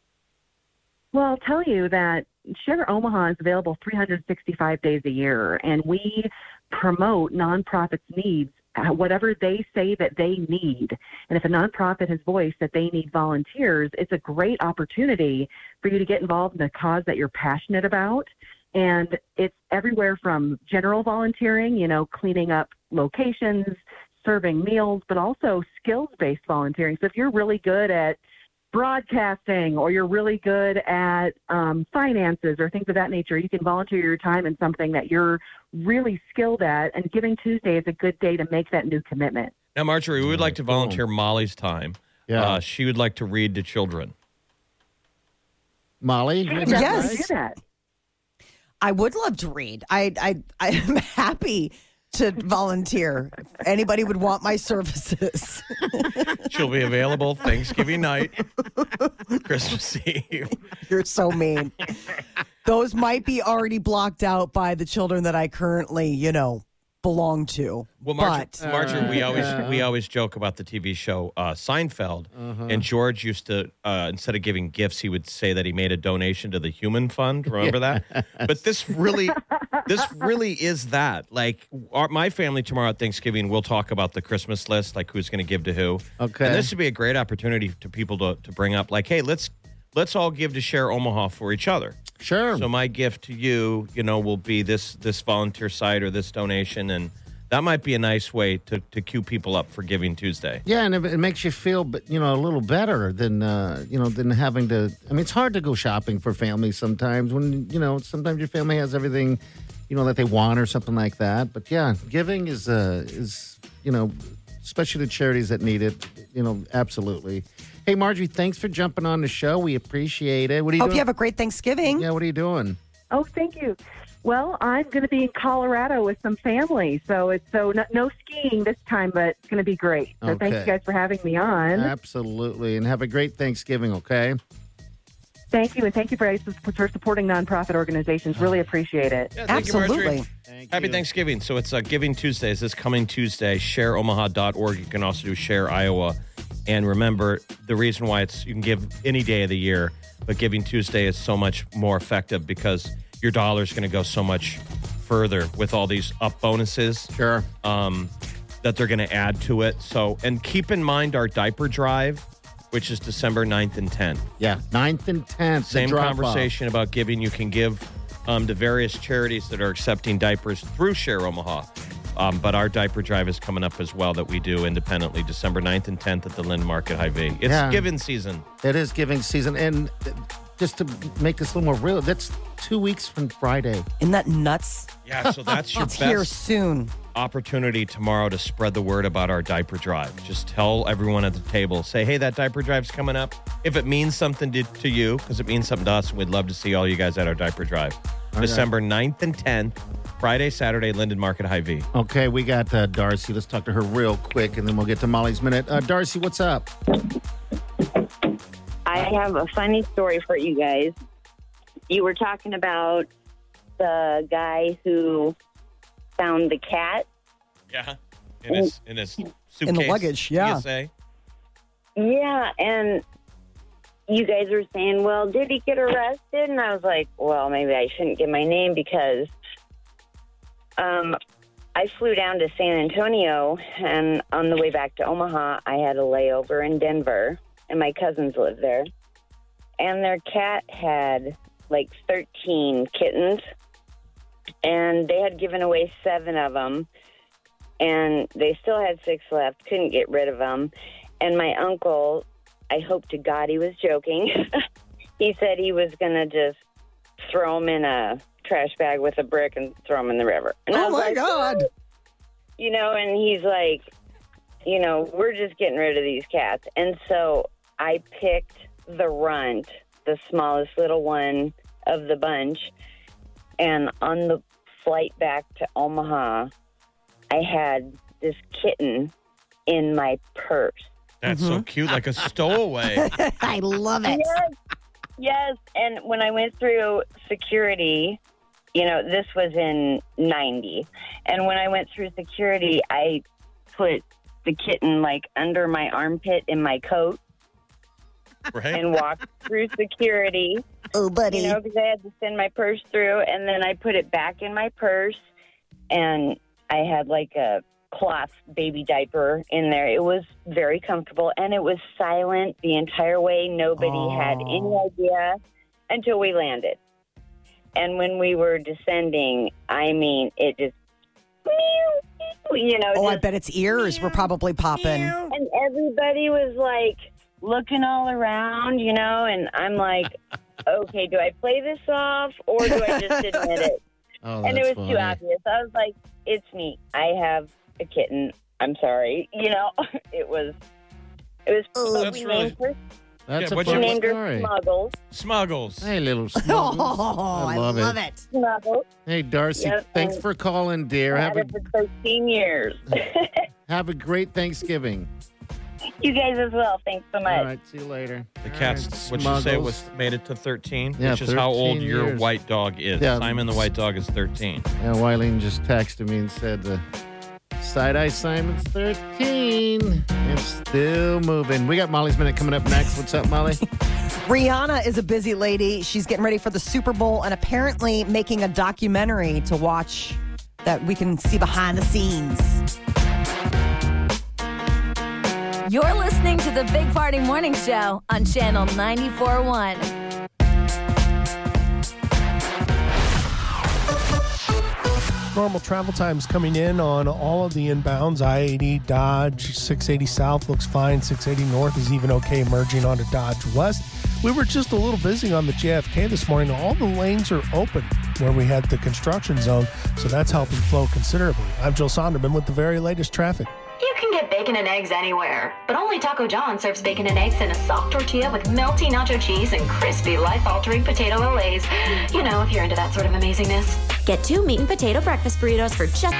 [SPEAKER 6] Well, I'll tell you that Share Omaha is available 365 days a year, and we promote nonprofits' needs, uh, whatever they say that they need. And if a nonprofit has voiced that they need volunteers, it's a great opportunity for you to get involved in a cause that you're passionate about. And it's everywhere from general volunteering, you know, cleaning up locations, serving meals, but also skills based volunteering. So if you're really good at broadcasting or you're really good at um, finances or things of that nature, you can volunteer your time in something that you're really skilled at. And Giving Tuesday is a good day to make that new commitment.
[SPEAKER 4] Now, Marjorie, we would like to volunteer Molly's time.
[SPEAKER 3] Yeah.
[SPEAKER 4] Uh, she would like to read to children.
[SPEAKER 3] Molly, is that
[SPEAKER 6] Definitely
[SPEAKER 3] right?
[SPEAKER 2] Yes.
[SPEAKER 6] do that.
[SPEAKER 2] I would love to read. I I I am happy to volunteer. If Anybody would want my services.
[SPEAKER 4] She'll be available Thanksgiving night, Christmas Eve.
[SPEAKER 2] You're so mean. Those might be already blocked out by the children that I currently, you know, belong to.
[SPEAKER 4] Well, Marjorie, uh,
[SPEAKER 2] but uh,
[SPEAKER 4] Marjorie we always
[SPEAKER 3] Yeah. Uh-huh.
[SPEAKER 4] we always joke about the TV show uh, Seinfeld, and George used to uh, instead of giving gifts, he would say that he made a donation to the Human Fund. Remember that? But this really, this really is that. Like our, my family tomorrow at Thanksgiving, we'll talk about the Christmas list, like who's going to give to who.
[SPEAKER 3] Okay.
[SPEAKER 4] and this would be a great opportunity to people to to bring up, like, hey, let's let's all give to share Omaha for each other.
[SPEAKER 3] Sure.
[SPEAKER 4] So my gift to you, you know, will be this this volunteer site or this donation, and That might be a nice way to, to cue people up for Giving Tuesday.
[SPEAKER 3] Yeah, and it, it makes you feel, but you know, a little better than uh, you know than having to. I mean, it's hard to go shopping for family sometimes when you know sometimes your family has everything, you know, that they want or something like that. But yeah, giving is uh, is you know, especially to charities that need it. You know, absolutely. Hey, Marjorie, thanks for jumping on the show. We appreciate it. What are you
[SPEAKER 2] Hope
[SPEAKER 3] doing?
[SPEAKER 2] you have a great Thanksgiving.
[SPEAKER 3] yeah, what are you doing?
[SPEAKER 6] Oh, thank you. Well, I'm going to be in Colorado with some family, so it's so no, no skiing this time, but it's going to be great. So thank
[SPEAKER 3] Okay.
[SPEAKER 6] you guys for having me on.
[SPEAKER 3] Absolutely, and have a great Thanksgiving. Okay.
[SPEAKER 6] Thank you, and thank you for for supporting nonprofit organizations. Really appreciate it.
[SPEAKER 4] Yeah, thank you, Marjorie.
[SPEAKER 2] Absolutely.
[SPEAKER 3] Thank
[SPEAKER 4] Happy
[SPEAKER 3] you.
[SPEAKER 4] Thanksgiving. So it's uh, Giving Tuesday. It's this coming Tuesday. ShareOmaha.org. You can also do Share Iowa. And remember, the reason why it's you can give any day of the year, but Giving Tuesday is so much more effective because your dollar's going to go so much further with all these up bonuses
[SPEAKER 3] Sure.
[SPEAKER 4] um, that they're going to add to it. So, and keep in mind our diaper drive, which is December 9th and 10th
[SPEAKER 3] Yeah, ninth and tenth. the
[SPEAKER 4] same
[SPEAKER 3] drop-off.
[SPEAKER 4] conversation about giving you can give um, to various charities that are accepting diapers through Share Omaha. Um, but our diaper drive is coming up as well that we do independently December 9th and 10th at the Lynn Market High V. It's
[SPEAKER 3] Yeah.
[SPEAKER 4] giving season.
[SPEAKER 3] It is giving season, and uh, just to make this a little more real, that's two weeks from Friday.
[SPEAKER 2] Isn't that nuts?
[SPEAKER 4] Yeah, so that's your
[SPEAKER 2] It's here
[SPEAKER 4] best
[SPEAKER 2] soon.
[SPEAKER 4] opportunity tomorrow to spread the word about our diaper drive. Just tell everyone at the table, say, hey, that diaper drive's coming up. If it means something to, to you, because it means something to us, we'd love to see all you guys at our diaper drive. December 9th and 10th, Friday, Saturday, Linden Market High V.
[SPEAKER 3] Okay, we got uh, Darcy. Let's talk to her real quick, and then we'll get to Molly's minute. Uh, Darcy, what's up?
[SPEAKER 7] I have a funny story for you guys. You were talking about the guy who found the cat.
[SPEAKER 4] Yeah. In his in his suitcase.
[SPEAKER 2] In the luggage, yeah.
[SPEAKER 4] TSA.
[SPEAKER 7] Yeah, and you guys were saying, well, did he get arrested? And I was like, well, maybe I shouldn't give my name because um, I flew down to San Antonio, and on the way back to Omaha, I had a layover in Denver, and my cousins lived there. And their cat had like 13 kittens, and they had given away seven of them, and they still had six left, couldn't get rid of them. And my uncle, I hope to God he was joking, he said he was going to just throw them in a trash bag with a brick and throw them in the river. And I
[SPEAKER 2] Oh
[SPEAKER 7] was
[SPEAKER 2] my
[SPEAKER 7] like,
[SPEAKER 2] God.
[SPEAKER 7] you know, and he's like, you know, we're just getting rid of these cats. And so I picked the runt, the smallest little one of the bunch. And on the flight back to Omaha, I had this kitten in my purse.
[SPEAKER 4] That's
[SPEAKER 2] Mm-hmm.
[SPEAKER 4] so cute, like a stowaway.
[SPEAKER 2] I love it.
[SPEAKER 7] Yes. Yes. And when I went through security, you know, this was in 90. And when I went through security, I put the kitten like under my armpit in my coat
[SPEAKER 4] right?
[SPEAKER 7] and walked through security,
[SPEAKER 2] Oh, buddy.
[SPEAKER 7] you know, because I had to send my purse through. And then I put it back in my purse and I had like a cloth baby diaper in there. It was very comfortable and it was silent the entire way. Nobody had any
[SPEAKER 3] Aw.
[SPEAKER 7] idea until we landed. And when we were descending, I mean, it just, meow, meow, you know,
[SPEAKER 2] oh, I
[SPEAKER 7] just
[SPEAKER 2] bet its ears were probably popping.
[SPEAKER 7] and everybody was like looking all around, you know, and I'm like, okay, do I play this off or do I just admit it?
[SPEAKER 3] Oh,
[SPEAKER 7] and it was too obvious. I was like, it's me. I have a kitten. I'm sorry. You know, it was, it was, but
[SPEAKER 4] Oh, That's
[SPEAKER 7] we
[SPEAKER 4] really-
[SPEAKER 7] named her,
[SPEAKER 3] That's
[SPEAKER 4] Yeah,
[SPEAKER 3] a
[SPEAKER 4] what's
[SPEAKER 7] we
[SPEAKER 4] your-
[SPEAKER 3] fun
[SPEAKER 7] named her
[SPEAKER 3] story.
[SPEAKER 7] Smuggles.
[SPEAKER 4] Smuggles.
[SPEAKER 3] Hey, little
[SPEAKER 2] Oh,
[SPEAKER 3] smuggles. I love it.
[SPEAKER 2] it.
[SPEAKER 7] Smuggles.
[SPEAKER 3] Hey, Darcy,
[SPEAKER 7] Yep,
[SPEAKER 3] thanks
[SPEAKER 7] and-
[SPEAKER 3] for calling, dear.
[SPEAKER 7] I
[SPEAKER 3] Have
[SPEAKER 7] had
[SPEAKER 3] a,
[SPEAKER 7] it for 13 years.
[SPEAKER 3] have a great Thanksgiving.
[SPEAKER 7] you guys as well. Thanks so much.
[SPEAKER 3] All right, see you later.
[SPEAKER 4] The
[SPEAKER 3] All
[SPEAKER 4] cat's
[SPEAKER 3] right,
[SPEAKER 4] what you say
[SPEAKER 3] smuggles.
[SPEAKER 4] was made it to thirteen,
[SPEAKER 3] Yeah,
[SPEAKER 4] which is how
[SPEAKER 3] 13
[SPEAKER 4] old your
[SPEAKER 3] years.
[SPEAKER 4] white dog is.
[SPEAKER 3] Yeah.
[SPEAKER 4] Simon the white dog is thirteen.
[SPEAKER 3] Yeah, Wileen just texted me and said, uh, Side Eye Simon's 13 and still moving. We got Molly's Minute coming up next. What's up, Molly?
[SPEAKER 2] Rihanna is a busy lady. She's getting ready for the Super Bowl and apparently making a documentary to watch that we can see behind the scenes.
[SPEAKER 1] You're listening to the Big Party Morning Show on Channel 94.1.
[SPEAKER 8] normal travel times coming in on all of the inbounds. I 80 Dodge 680 South looks fine. 680 North is even okay, merging onto Dodge West. We were just a little busy on the JFK this morning. All the lanes are open where we had the construction zone, so that's helping flow considerably. I'm Joe Sonderman with the very latest traffic.
[SPEAKER 9] You can get bacon and eggs anywhere, but only Taco John serves bacon and eggs in a soft tortilla with melty nacho cheese and crispy, life altering potato olays. You know, if you're into that sort of amazingness. Get two meat and potato breakfast burritos for just.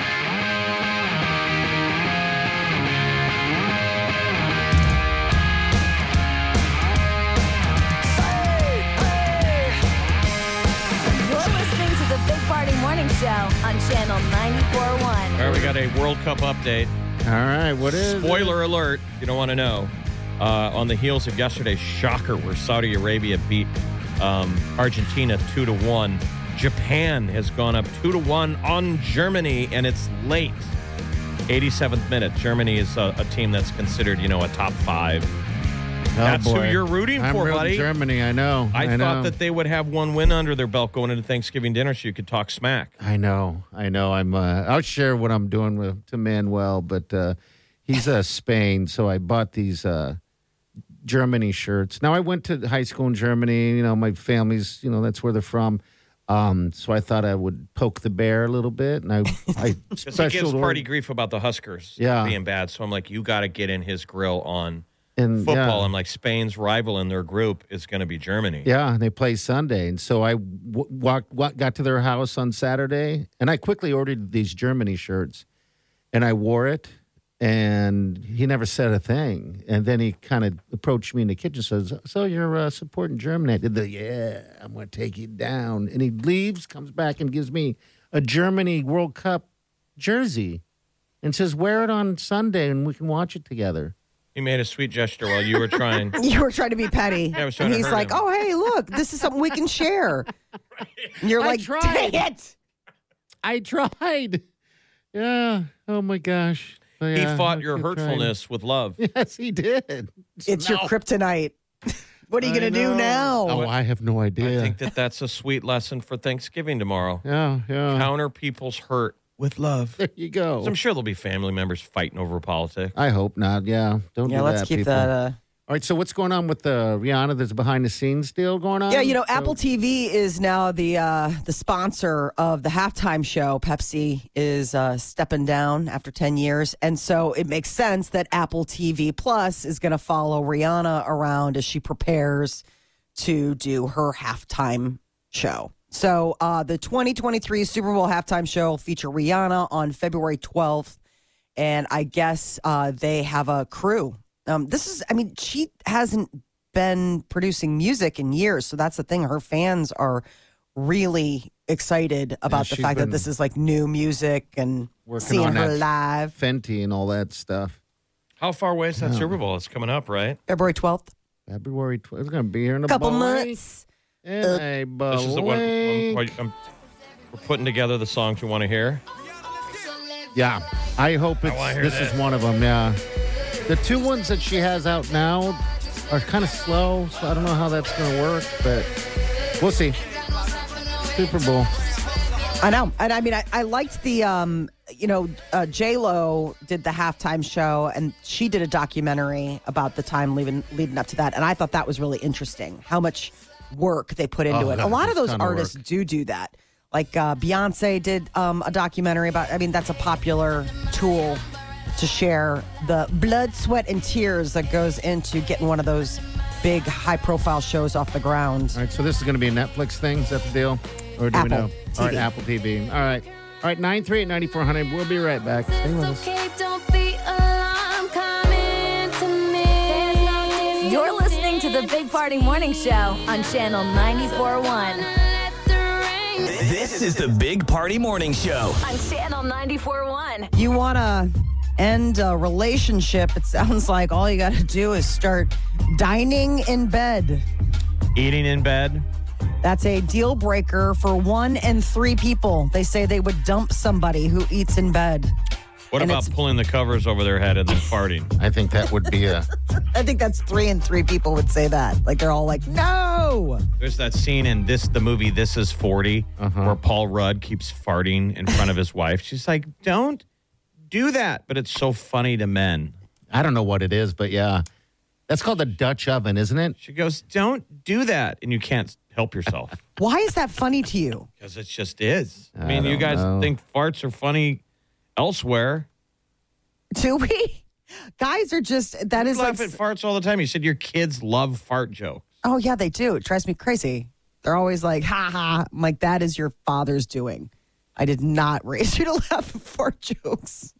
[SPEAKER 1] You're listening to the Big Party Morning Show on Channel 941.
[SPEAKER 4] All right, we got a World Cup update.
[SPEAKER 3] All right, what is it?
[SPEAKER 4] Spoiler alert, if you don't want to know. Uh, on the heels of yesterday's shocker, where Saudi Arabia beat um, Argentina 2 to 1, Japan has gone up 2 to 1 on Germany, and it's late. 87th minute. Germany is a, a team that's considered, you know, a top five.
[SPEAKER 3] Oh,
[SPEAKER 4] That's who
[SPEAKER 3] boy.
[SPEAKER 4] you're rooting
[SPEAKER 3] I'm
[SPEAKER 4] for,
[SPEAKER 3] rooting
[SPEAKER 4] buddy.
[SPEAKER 3] Germany, I know.
[SPEAKER 4] I,
[SPEAKER 3] know.
[SPEAKER 4] thought that they would have one win under their belt going into Thanksgiving dinner so you could talk smack.
[SPEAKER 3] I know, I know. I'm. Uh, I'll share what I'm doing with to Manuel, but uh, he's uh, Spain, so I bought these uh, Germany shirts. Now I went to high school in Germany. You know, my family's. You know, that's where they're from. Um, so I thought I would poke the bear a little bit, and I, I
[SPEAKER 4] Because he gives
[SPEAKER 3] special
[SPEAKER 4] party grief about the Huskers
[SPEAKER 3] Yeah.
[SPEAKER 4] being bad. So I'm like, you got to get in his grill on
[SPEAKER 3] and
[SPEAKER 4] football.
[SPEAKER 3] yeah.
[SPEAKER 4] I'm like, Spain's rival in their group is going to be Germany.
[SPEAKER 3] Yeah, and they play Sunday, and so I w- walked, wa- got to their house on Saturday, and I quickly ordered these Germany shirts, and I wore it, and he never said a thing, and then he kind of approached me in the kitchen, says, "So you're uh, supporting Germany?" I did the yeah, I'm gonna take you down, and he leaves, comes back, and gives me a Germany World Cup jersey, and says, "Wear it on Sunday, and we can watch it together."
[SPEAKER 4] He made a sweet gesture while you were trying.
[SPEAKER 2] You were trying to be petty.
[SPEAKER 4] I was trying
[SPEAKER 2] and
[SPEAKER 4] to
[SPEAKER 2] he's
[SPEAKER 4] hurt
[SPEAKER 2] like,
[SPEAKER 4] him.
[SPEAKER 2] oh, hey, look, this is something we can share. And you're
[SPEAKER 3] I
[SPEAKER 2] like,
[SPEAKER 3] tried.
[SPEAKER 2] dang it.
[SPEAKER 3] I tried. Yeah. Oh my gosh. But
[SPEAKER 4] he
[SPEAKER 3] yeah,
[SPEAKER 4] fought
[SPEAKER 3] I
[SPEAKER 4] your
[SPEAKER 3] kept trying.
[SPEAKER 4] hurtfulness with love.
[SPEAKER 3] Yes, he did.
[SPEAKER 2] It's your kryptonite. What are you
[SPEAKER 3] I
[SPEAKER 2] going to do
[SPEAKER 3] know.
[SPEAKER 2] now?
[SPEAKER 3] Oh, I have no idea.
[SPEAKER 4] I think that that's a sweet lesson for Thanksgiving tomorrow.
[SPEAKER 3] yeah, yeah.
[SPEAKER 4] Counter people's hurt with love.
[SPEAKER 3] There you go.
[SPEAKER 4] I'm sure there'll be family members fighting over politics.
[SPEAKER 3] I hope not. Yeah. Don't
[SPEAKER 2] yeah,
[SPEAKER 3] do
[SPEAKER 2] let's
[SPEAKER 3] that,
[SPEAKER 2] keep
[SPEAKER 3] people.
[SPEAKER 2] that. Uh,
[SPEAKER 3] All right. So what's going on with uh, Rihanna? There's a behind the scenes deal going on.
[SPEAKER 2] Yeah, you know,
[SPEAKER 3] So-
[SPEAKER 2] Apple TV is now the uh, the sponsor of the halftime show. Pepsi is uh, stepping down after ten years, and so it makes sense that Apple TV Plus is going to follow Rihanna around as she prepares to do her halftime show. So uh, the 2023 Super Bowl halftime show will feature Rihanna on February 12th, and I guess uh, they have a crew. Um, this is, I mean, she hasn't been producing music in years, so that's the thing. Her fans are really excited about the
[SPEAKER 3] she's
[SPEAKER 2] fact that
[SPEAKER 3] been
[SPEAKER 2] this is like new music and
[SPEAKER 3] working
[SPEAKER 2] seeing
[SPEAKER 3] on
[SPEAKER 2] her
[SPEAKER 3] that.
[SPEAKER 2] live
[SPEAKER 3] Fenty and all that stuff.
[SPEAKER 4] How far away is that Super Bowl? It's coming up, right?
[SPEAKER 2] February 12th.
[SPEAKER 3] February 12th. It's going to be here in a
[SPEAKER 2] Couple
[SPEAKER 3] boy.
[SPEAKER 2] months. Uh,
[SPEAKER 3] In a
[SPEAKER 4] This is the one
[SPEAKER 3] boy.
[SPEAKER 4] I'm, I'm- we're putting together the songs you want to hear.
[SPEAKER 3] Yeah, I hope it's
[SPEAKER 4] wanna hear
[SPEAKER 3] this is
[SPEAKER 4] that.
[SPEAKER 3] one of them. Yeah, the two ones that she has out now are kind of slow, so I don't know how that's going to work, but we'll see. Super Bowl.
[SPEAKER 2] I know, and I mean, I, I liked the, um, you know, uh, J Lo did the halftime show, and she did a documentary about the time leaving, leading up to that, and I thought that was really interesting. How much work they put into
[SPEAKER 3] Oh,
[SPEAKER 2] it. A
[SPEAKER 3] God,
[SPEAKER 2] lot of
[SPEAKER 3] it's
[SPEAKER 2] those
[SPEAKER 3] ton of
[SPEAKER 2] artists
[SPEAKER 3] work.
[SPEAKER 2] do do that. Like uh, Beyonce did um, a documentary about. I mean, that's a popular tool to share the blood, sweat, and tears that goes into getting one of those big, high-profile shows off the ground.
[SPEAKER 3] All right, so this is going to be a Netflix thing. Is that the deal? Or do
[SPEAKER 2] Apple
[SPEAKER 3] we know? All right,
[SPEAKER 2] TV.
[SPEAKER 3] Apple TV. All right. All right, 938 9400. We'll be right back. Stay with us.
[SPEAKER 1] You're listening to the Big Party Morning Show on Channel 94.1.
[SPEAKER 10] This is the Big Party Morning Show.
[SPEAKER 1] On Channel 94.1.
[SPEAKER 2] you want to end a relationship, it sounds like all you got to do is start dining in bed.
[SPEAKER 4] Eating in bed.
[SPEAKER 2] That's a deal breaker for one in three people. They say they would dump somebody who eats in bed.
[SPEAKER 4] What
[SPEAKER 2] And
[SPEAKER 4] about
[SPEAKER 2] it's-
[SPEAKER 4] pulling the covers over their head and then farting?
[SPEAKER 3] I think that would be a.
[SPEAKER 2] I think that's three and three people would say that. Like they're all like, no. Hello.
[SPEAKER 4] There's that scene in this the movie This Is 40
[SPEAKER 3] Uh-huh.
[SPEAKER 4] where Paul Rudd keeps farting in front of his wife. She's like, "Don't do that." But it's so funny to men.
[SPEAKER 3] I don't know what it is, but yeah. That's called the Dutch oven, isn't it?
[SPEAKER 4] She goes, "Don't do that." And you can't help yourself
[SPEAKER 2] Why is that funny to you?
[SPEAKER 4] because it just is. I,
[SPEAKER 3] I
[SPEAKER 4] mean, you
[SPEAKER 3] don't
[SPEAKER 4] guys
[SPEAKER 3] know.
[SPEAKER 4] think farts are funny elsewhere.
[SPEAKER 2] Do we? Guys are just that
[SPEAKER 4] You
[SPEAKER 2] is like
[SPEAKER 4] laugh at farts all the time. You said your kids love fart jokes.
[SPEAKER 2] oh yeah, they do. It drives me crazy. They're always like, ha ha. I'm like, that is your father's doing. I did not raise you to laugh at fart jokes.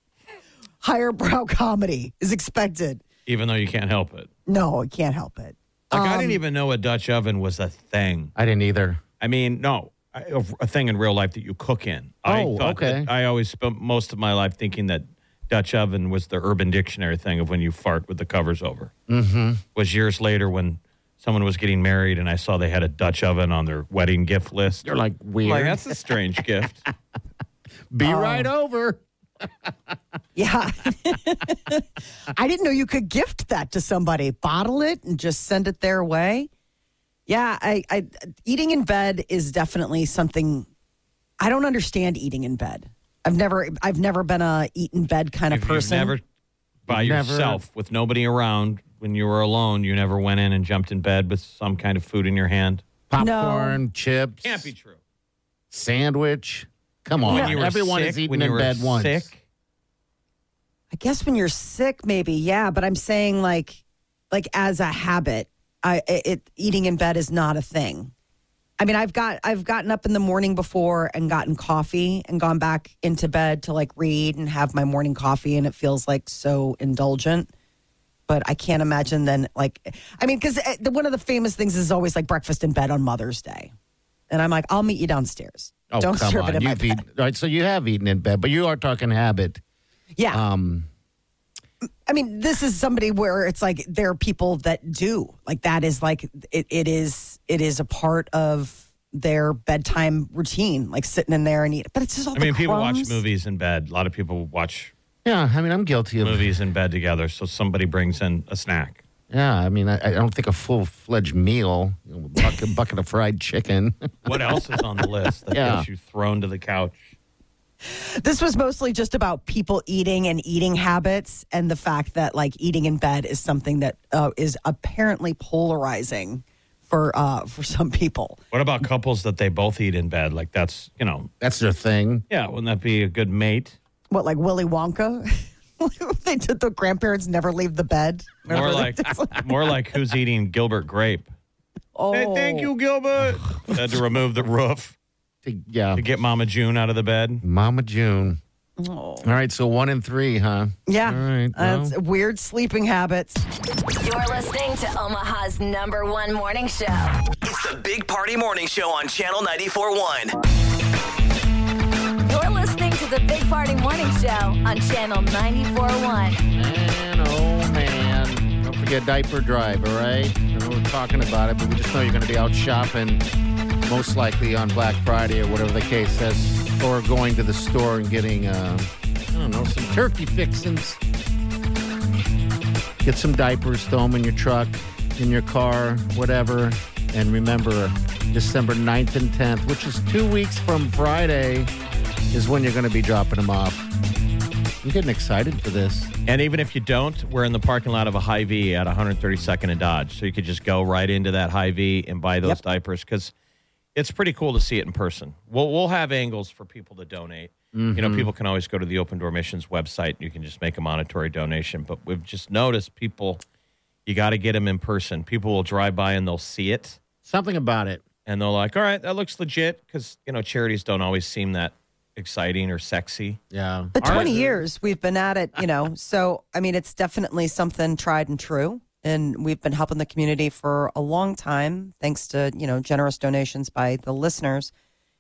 [SPEAKER 2] Higher brow comedy is expected.
[SPEAKER 4] even though you can't help it.
[SPEAKER 2] No, I can't help it.
[SPEAKER 4] Like
[SPEAKER 2] Um,
[SPEAKER 4] I didn't even know a Dutch oven was a thing.
[SPEAKER 3] I didn't either.
[SPEAKER 4] I mean, no, I- a a thing in real life that you cook in. I
[SPEAKER 3] Oh,
[SPEAKER 4] thought
[SPEAKER 3] okay.
[SPEAKER 4] that- I always spent most of my life thinking that Dutch oven was the Urban Dictionary thing of when you fart with the covers over. Mm-hmm. Was years later when someone was getting married and I saw they had a Dutch oven on their wedding gift list.
[SPEAKER 3] You're like
[SPEAKER 4] I'm
[SPEAKER 3] weird.
[SPEAKER 4] like that's a strange gift.
[SPEAKER 3] Be right over.
[SPEAKER 2] Yeah. I didn't know you could gift that to somebody, bottle it and just send it their way. Yeah, I, I eating in bed is definitely something I don't understand eating in bed. I've never I've never been a eat in bed kind of
[SPEAKER 4] If you've
[SPEAKER 2] person.
[SPEAKER 4] never by
[SPEAKER 3] Never.
[SPEAKER 4] yourself with nobody around when you were alone, you never went in and jumped in bed with some kind of food in your hand.
[SPEAKER 3] Popcorn, chips,
[SPEAKER 4] Can't be true.
[SPEAKER 3] sandwich. Come on.
[SPEAKER 4] When you were
[SPEAKER 3] Everyone
[SPEAKER 4] sick,
[SPEAKER 3] is eating
[SPEAKER 4] when you
[SPEAKER 3] in
[SPEAKER 4] were
[SPEAKER 3] bed once.
[SPEAKER 4] sick.
[SPEAKER 2] I guess when you're sick maybe, yeah, but I'm saying like like as a habit, I it, it eating in bed is not a thing. I mean, I've got I've gotten up in the morning before and gotten coffee and gone back into bed to like read and have my morning coffee and it feels like so indulgent. But I can't imagine then like I mean cuz the one of the famous things is always like breakfast in bed on Mother's Day. And I'm like, I'll meet you downstairs.
[SPEAKER 3] Oh,
[SPEAKER 2] Don't
[SPEAKER 3] come
[SPEAKER 2] serve
[SPEAKER 3] on.
[SPEAKER 2] it in my
[SPEAKER 3] You've
[SPEAKER 2] bed.
[SPEAKER 3] eaten, right, so you have eaten in bed, but you are talking habit.
[SPEAKER 2] Yeah.
[SPEAKER 3] Um,
[SPEAKER 2] I mean, this is somebody where it's like there are people that do like that is like it, it is it is a part of their bedtime routine, like sitting in there and eat. But it's just all.
[SPEAKER 4] I mean,
[SPEAKER 2] the
[SPEAKER 4] people watch
[SPEAKER 2] crumbs.
[SPEAKER 4] movies in bed. A lot of people watch
[SPEAKER 3] yeah, I mean, I'm guilty of
[SPEAKER 4] movies in bed together. So somebody brings in a snack.
[SPEAKER 3] Yeah, I mean, I, I don't think a full fledged meal, you know, bucket, bucket of fried chicken.
[SPEAKER 4] What else is on the list that
[SPEAKER 3] Yeah.
[SPEAKER 4] gets you thrown to the couch?
[SPEAKER 2] This was mostly just about people eating and eating habits, and the fact that like eating in bed is something that uh, is apparently polarizing for uh, for some people.
[SPEAKER 4] What about couples that they both eat in bed? Like that's you know,
[SPEAKER 3] That's their thing.
[SPEAKER 4] yeah, wouldn't that be a good mate?
[SPEAKER 2] What like Willy Wonka? they did the grandparents never leave the bed.
[SPEAKER 4] More
[SPEAKER 2] Remember
[SPEAKER 4] like
[SPEAKER 2] that?
[SPEAKER 4] more like who's eating Gilbert grape?
[SPEAKER 2] oh,
[SPEAKER 4] Hey, thank you, Gilbert. Had to remove the roof
[SPEAKER 3] To- yeah.
[SPEAKER 4] to get Mama June out of the bed.
[SPEAKER 3] Mama June.
[SPEAKER 2] Oh.
[SPEAKER 3] All right, so one in three, huh?
[SPEAKER 2] Yeah. Uh,
[SPEAKER 3] All right. well.
[SPEAKER 2] That's weird sleeping habits.
[SPEAKER 1] You're listening to Omaha's number one morning show.
[SPEAKER 10] It's the Big Party Morning Show on Channel 94.1.
[SPEAKER 1] You're listening to the Big Party Morning Show on Channel 94.1.
[SPEAKER 3] Man, oh man. Don't forget diaper drive, all right? I know we're talking about it, but we just know you're going to be out shopping most likely on Black Friday or whatever the case is, or going to the store and getting, uh, I don't know, some turkey fixings. Get some diapers, throw them in your truck, in your car, whatever. And remember, December 9th and 10th, which is two weeks from Friday, is when you're going to be dropping them off. I'm getting excited for this.
[SPEAKER 4] And even if you don't, we're in the parking lot of a High V at 132nd and Dodge, so you could just go right into that High V and buy those diapers because it's pretty cool to see it in person. We'll we'll have angles for people to donate. You know, people can always go to the Open Door Missions website. You can just make a monetary donation, but we've just noticed people. You got to get them in person. People will drive by and they'll see it,
[SPEAKER 3] Something about it.
[SPEAKER 4] and they're like, "All right, that looks legit," because you know charities don't always seem that exciting or sexy.
[SPEAKER 3] Yeah.
[SPEAKER 2] But
[SPEAKER 3] All right.
[SPEAKER 2] 20 years we've been at it, you know. so, I mean, it's definitely something tried and true. And we've been helping the community for a long time, thanks to, you know, generous donations by the listeners.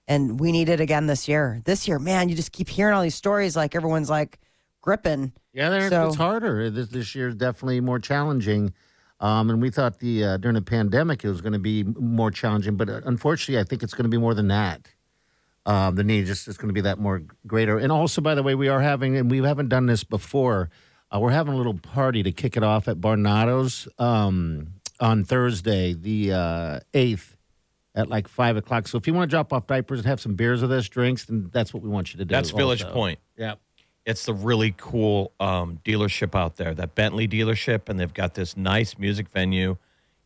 [SPEAKER 2] And we need it again this year. This year, man, you just keep hearing all these stories like everyone's like gripping.
[SPEAKER 3] Yeah, they're-
[SPEAKER 2] So-
[SPEAKER 3] it's harder. This this year is definitely more challenging. Um, and we thought the uh, during the pandemic it was going to be m- more challenging, but uh, unfortunately, I think it's going to be more than that. Um, the need just is going to be that more greater. And also, by the way, we are having, and we haven't done this before. Uh, we're having a little party to kick it off at Barnado's um, on Thursday, the uh, 8th, at like 5 o'clock. So if you want to drop off diapers and have some beers with us, drinks, then that's what we want you to do.
[SPEAKER 4] That's Village
[SPEAKER 3] also.
[SPEAKER 4] Point.
[SPEAKER 3] Yeah.
[SPEAKER 4] It's the really cool um, dealership out there, that Bentley dealership, and they've got this nice music venue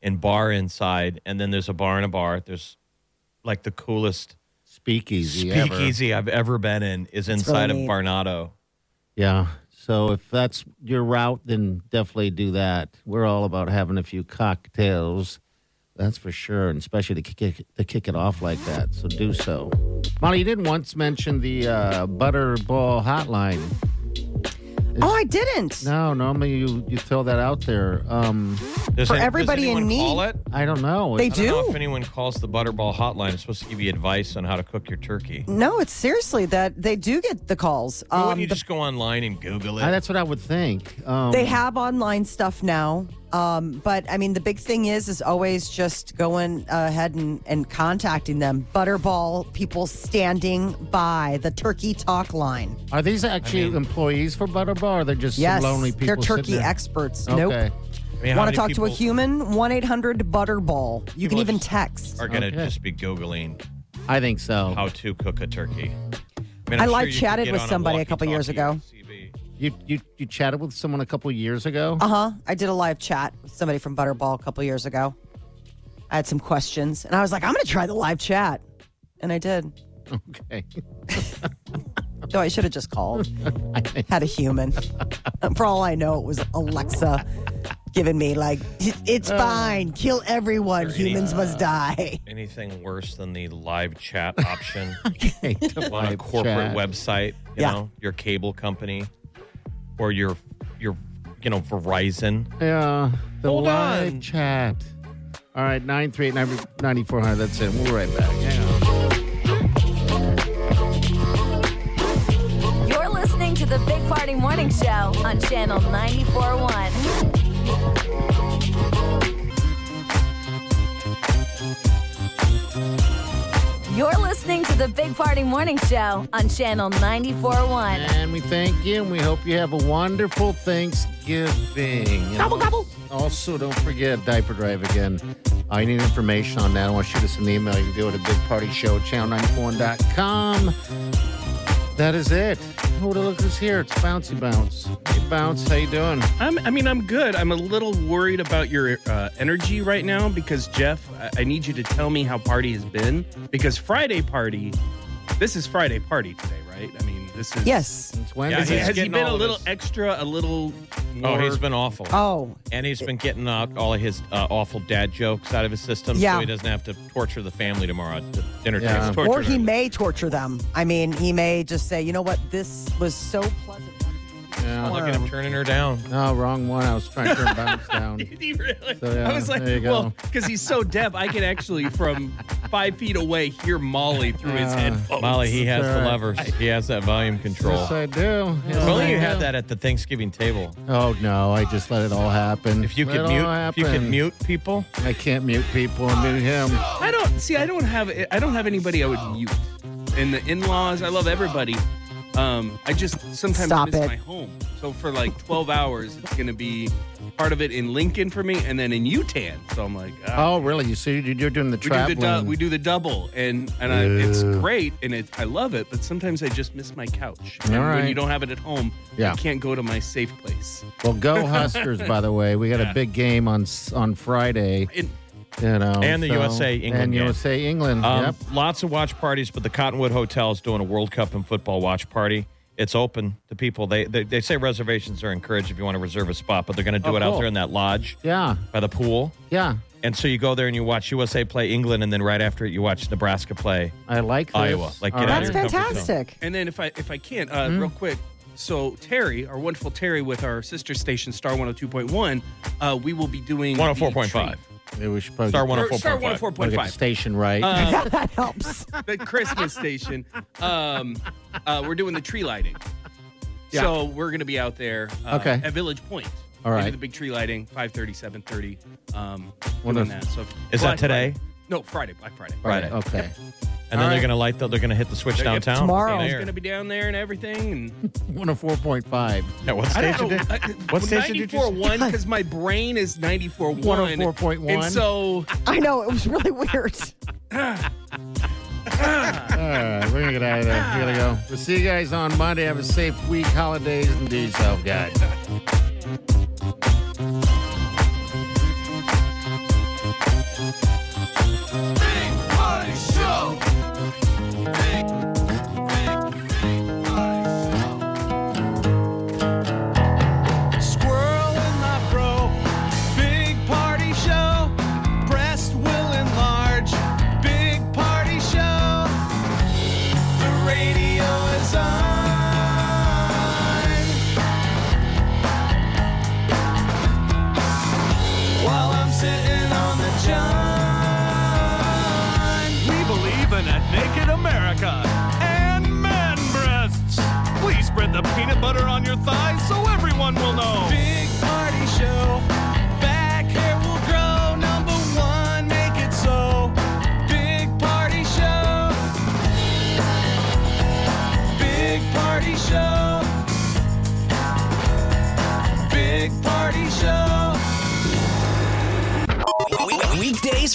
[SPEAKER 4] and bar inside, and then there's a bar and a bar. There's like the coolest
[SPEAKER 3] Speakeasy. ever.
[SPEAKER 4] speakeasy I've ever been in is inside
[SPEAKER 2] really neat.
[SPEAKER 4] of Barnado.
[SPEAKER 3] Yeah. So if that's your route, then definitely do that. We're all about having a few cocktails. That's for sure, and especially to kick it, to kick it off like that. So do so. Molly, you didn't once mention the uh, Butterball Hotline.
[SPEAKER 2] Oh, I didn't.
[SPEAKER 3] No, normally you, you throw that out there. Um,
[SPEAKER 4] Does
[SPEAKER 2] For
[SPEAKER 4] an- does
[SPEAKER 2] everybody in
[SPEAKER 4] anyone
[SPEAKER 2] need.
[SPEAKER 4] Call it?
[SPEAKER 3] I don't know.
[SPEAKER 2] They
[SPEAKER 4] I don't know
[SPEAKER 2] do.
[SPEAKER 4] if anyone calls the Butterball Hotline. It's supposed to give you advice on how to cook your turkey.
[SPEAKER 2] No, it's seriously that they do get the calls.
[SPEAKER 4] Why wouldn't you
[SPEAKER 2] Um, the-
[SPEAKER 4] just go online and Google it?
[SPEAKER 3] I- that's what I would think. Um,
[SPEAKER 2] they have online stuff now. Um, but I mean, the big thing is, is always just going ahead and, and contacting them. Butterball people standing by the turkey talk line.
[SPEAKER 3] Are these actually employees for Butterball? Or are they just some
[SPEAKER 2] Yes,
[SPEAKER 3] lonely people?
[SPEAKER 2] they're
[SPEAKER 3] sitting
[SPEAKER 2] turkey
[SPEAKER 3] there?
[SPEAKER 2] experts.
[SPEAKER 3] Okay.
[SPEAKER 2] Nope.
[SPEAKER 4] I mean, how
[SPEAKER 2] Want to
[SPEAKER 4] many
[SPEAKER 2] talk to a
[SPEAKER 4] people
[SPEAKER 2] human? 1 800 Butterball. You
[SPEAKER 4] People
[SPEAKER 2] can even
[SPEAKER 4] just
[SPEAKER 2] text.
[SPEAKER 4] Are going to
[SPEAKER 3] Okay.
[SPEAKER 4] just be Googling
[SPEAKER 3] I think so.
[SPEAKER 4] how to cook a turkey. mean,
[SPEAKER 2] I
[SPEAKER 4] I'm sure
[SPEAKER 2] live
[SPEAKER 4] you could
[SPEAKER 2] chatted
[SPEAKER 4] get
[SPEAKER 2] with
[SPEAKER 4] on
[SPEAKER 2] somebody a couple years
[SPEAKER 4] walkie-talkie or CB.
[SPEAKER 3] You, you you chatted with someone a couple years ago.
[SPEAKER 2] Uh huh. I did a live chat with somebody from Butterball a couple years ago. I had some questions and I was like, I'm going to try the live chat. And I did.
[SPEAKER 3] Okay.
[SPEAKER 2] Though I should have just called. Had a human. For all I know, it was Alexa giving me, like, "It- it's
[SPEAKER 11] Oh,
[SPEAKER 2] fine. Kill everyone.
[SPEAKER 4] there any-
[SPEAKER 2] Humans
[SPEAKER 11] uh,
[SPEAKER 2] must die.
[SPEAKER 4] Anything worse than the live chat option
[SPEAKER 3] Okay.
[SPEAKER 4] on a
[SPEAKER 3] Live
[SPEAKER 4] corporate
[SPEAKER 3] chat.
[SPEAKER 4] website? You
[SPEAKER 2] Yeah.
[SPEAKER 4] know, your cable company or your your you know Verizon.
[SPEAKER 3] Yeah. The
[SPEAKER 4] Hold
[SPEAKER 3] live
[SPEAKER 4] on.
[SPEAKER 3] chat. All right, 938 9400. That's it. We'll be right back. Hang on.
[SPEAKER 1] You're listening to the Big Party Morning Show on Channel 94.1. You're listening to the Big Party Morning Show on Channel 94.1.
[SPEAKER 3] And we thank you and we hope you have a wonderful Thanksgiving. Gobble, gobble. Also, don't forget diaper drive again. I need information on that. I want to shoot us an email. You can do it at bigpartyshow at channel94.com. That is it. Oh, look who's here. It's Bouncy Bounce. Hey, Bounce, how you doing?
[SPEAKER 11] I'm, I mean, I'm good. I'm a little worried about your uh, energy right now because, Jeff, I, I need you to tell me how party has been. Because Friday party, this is Friday party today, right? I mean, this is.
[SPEAKER 2] Yes.
[SPEAKER 3] It's Wednesday.
[SPEAKER 11] Has,
[SPEAKER 4] Yeah,
[SPEAKER 11] he-
[SPEAKER 4] he's
[SPEAKER 11] has he
[SPEAKER 4] getting
[SPEAKER 11] been
[SPEAKER 4] all
[SPEAKER 11] a
[SPEAKER 4] of
[SPEAKER 11] little
[SPEAKER 4] his-
[SPEAKER 11] extra, a little more?
[SPEAKER 4] Oh, he's been awful.
[SPEAKER 2] Oh,
[SPEAKER 4] And he's been getting out all of his uh, awful dad jokes out of his system,
[SPEAKER 2] Yeah.
[SPEAKER 4] so he doesn't have to torture the family tomorrow at the dinner
[SPEAKER 3] Yeah.
[SPEAKER 4] table.
[SPEAKER 11] Torture
[SPEAKER 2] or he
[SPEAKER 11] them.
[SPEAKER 2] may torture them. I mean, he may just say, you know what? This was so pleasant.
[SPEAKER 3] Yeah.
[SPEAKER 4] Look at him turning her down.
[SPEAKER 3] No, wrong one. I was trying to turn Bounce down.
[SPEAKER 11] Did he really?
[SPEAKER 3] So, yeah,
[SPEAKER 11] I was like,
[SPEAKER 3] there you go.
[SPEAKER 11] well, because he's so deaf, I can actually, from five feet away, hear Molly through his
[SPEAKER 3] Yeah.
[SPEAKER 2] Oh,
[SPEAKER 11] headphones.
[SPEAKER 4] Molly, he has
[SPEAKER 3] Sure.
[SPEAKER 4] the levers. He has that volume control.
[SPEAKER 3] Yes, I do. Yes,
[SPEAKER 4] If only
[SPEAKER 3] I
[SPEAKER 4] you
[SPEAKER 3] do.
[SPEAKER 4] had that at the Thanksgiving table.
[SPEAKER 3] Oh no! I just let it all happen.
[SPEAKER 4] If you
[SPEAKER 3] Let
[SPEAKER 4] could
[SPEAKER 3] it
[SPEAKER 4] mute,
[SPEAKER 3] all
[SPEAKER 4] if you could
[SPEAKER 3] happen.
[SPEAKER 4] mute people.
[SPEAKER 3] I can't mute people and mute him.
[SPEAKER 11] I don't Oh, see. I don't have. I don't have anybody I would mute. And the in-laws, I love everybody. Um, I just sometimes
[SPEAKER 2] Stop
[SPEAKER 11] miss
[SPEAKER 2] it.
[SPEAKER 11] my home. So for like 12 hours, it's gonna be part of it in Lincoln for me, and then in Utan. So I'm like, ah.
[SPEAKER 3] Oh really? You see, you're doing the
[SPEAKER 11] we do the
[SPEAKER 3] traveling.
[SPEAKER 11] du- we do the double, and and I, it's great, and it, I love it. But sometimes I just miss my couch. And
[SPEAKER 3] All
[SPEAKER 11] When
[SPEAKER 3] right.
[SPEAKER 11] you don't have it at home,
[SPEAKER 3] Yeah.
[SPEAKER 11] you can't go to my safe place.
[SPEAKER 3] well, go Huskers! by the way, we got a big game on s- on Friday.
[SPEAKER 11] And
[SPEAKER 3] You know,
[SPEAKER 4] And the
[SPEAKER 3] so-
[SPEAKER 4] USA England
[SPEAKER 3] and
[SPEAKER 4] game.
[SPEAKER 3] USA England.
[SPEAKER 4] Um,
[SPEAKER 3] yep.
[SPEAKER 4] Lots of watch parties, but the Cottonwood Hotel is doing a World Cup and football watch party. It's open to people. They they, they say reservations are encouraged if you want to reserve a spot, but they're going to do
[SPEAKER 3] Oh,
[SPEAKER 4] it
[SPEAKER 3] cool.
[SPEAKER 4] out there in that lodge
[SPEAKER 3] Yeah,
[SPEAKER 4] by the pool.
[SPEAKER 3] yeah.
[SPEAKER 4] And so you go there and you watch USA play England, and then right after it, you watch Nebraska play.
[SPEAKER 3] I like this.
[SPEAKER 4] Iowa, like,
[SPEAKER 3] All
[SPEAKER 4] get out
[SPEAKER 2] That's
[SPEAKER 4] of your comfort
[SPEAKER 2] fantastic.
[SPEAKER 11] And then if I if I can, uh, real quick. So Terry, our wonderful Terry, with our sister station Star 102.1, uh, we will be doing the
[SPEAKER 4] 104.5.
[SPEAKER 11] treat-
[SPEAKER 3] Maybe we should probably
[SPEAKER 4] Star
[SPEAKER 3] get-
[SPEAKER 11] or Star
[SPEAKER 4] 104.5.
[SPEAKER 3] probably get the
[SPEAKER 11] 104.5,
[SPEAKER 3] station right.
[SPEAKER 11] Uh,
[SPEAKER 2] that helps.
[SPEAKER 11] the Christmas station. Um, uh, we're doing the tree lighting.
[SPEAKER 3] Yeah.
[SPEAKER 11] So we're gonna be out there. Uh,
[SPEAKER 3] Okay.
[SPEAKER 11] At Village Point.
[SPEAKER 3] All
[SPEAKER 11] We do
[SPEAKER 3] right.
[SPEAKER 11] the big tree lighting, 5:30, 7:30. Um,
[SPEAKER 3] Well,
[SPEAKER 11] doing
[SPEAKER 3] that's-
[SPEAKER 11] that. So
[SPEAKER 4] Is that today?
[SPEAKER 11] Friday- No, Friday, Black Friday.
[SPEAKER 3] All right,
[SPEAKER 4] Friday.
[SPEAKER 3] Okay.
[SPEAKER 4] And then they're going to light. The, they're going to hit the switch downtown
[SPEAKER 11] Tomorrow. It's going to
[SPEAKER 4] There.
[SPEAKER 11] be down there and everything. And
[SPEAKER 3] 104.5.
[SPEAKER 4] Yeah, what
[SPEAKER 11] I don't
[SPEAKER 4] station
[SPEAKER 11] know.
[SPEAKER 4] did?
[SPEAKER 11] I-
[SPEAKER 4] What station did you?
[SPEAKER 11] 94.1 because my brain is 94.1.
[SPEAKER 3] 104.1.
[SPEAKER 11] And so
[SPEAKER 2] I know it was really weird.
[SPEAKER 3] All right, we're gonna get out of there. We gotta go. We'll see you guys on Monday. Have a safe week, holidays, and do yourself good.
[SPEAKER 12] Squirrel in my bro. Big party show. Breast will enlarge. Big party show. The radio is on. While I'm sitting on the john. We believe in a naked America and man breasts. Please spread the peanut butter on your thighs so everyone will know. Big party show. Back hair will grow. Number one, make it so. Big party show. Big party show. Big party show.
[SPEAKER 10] Weekdays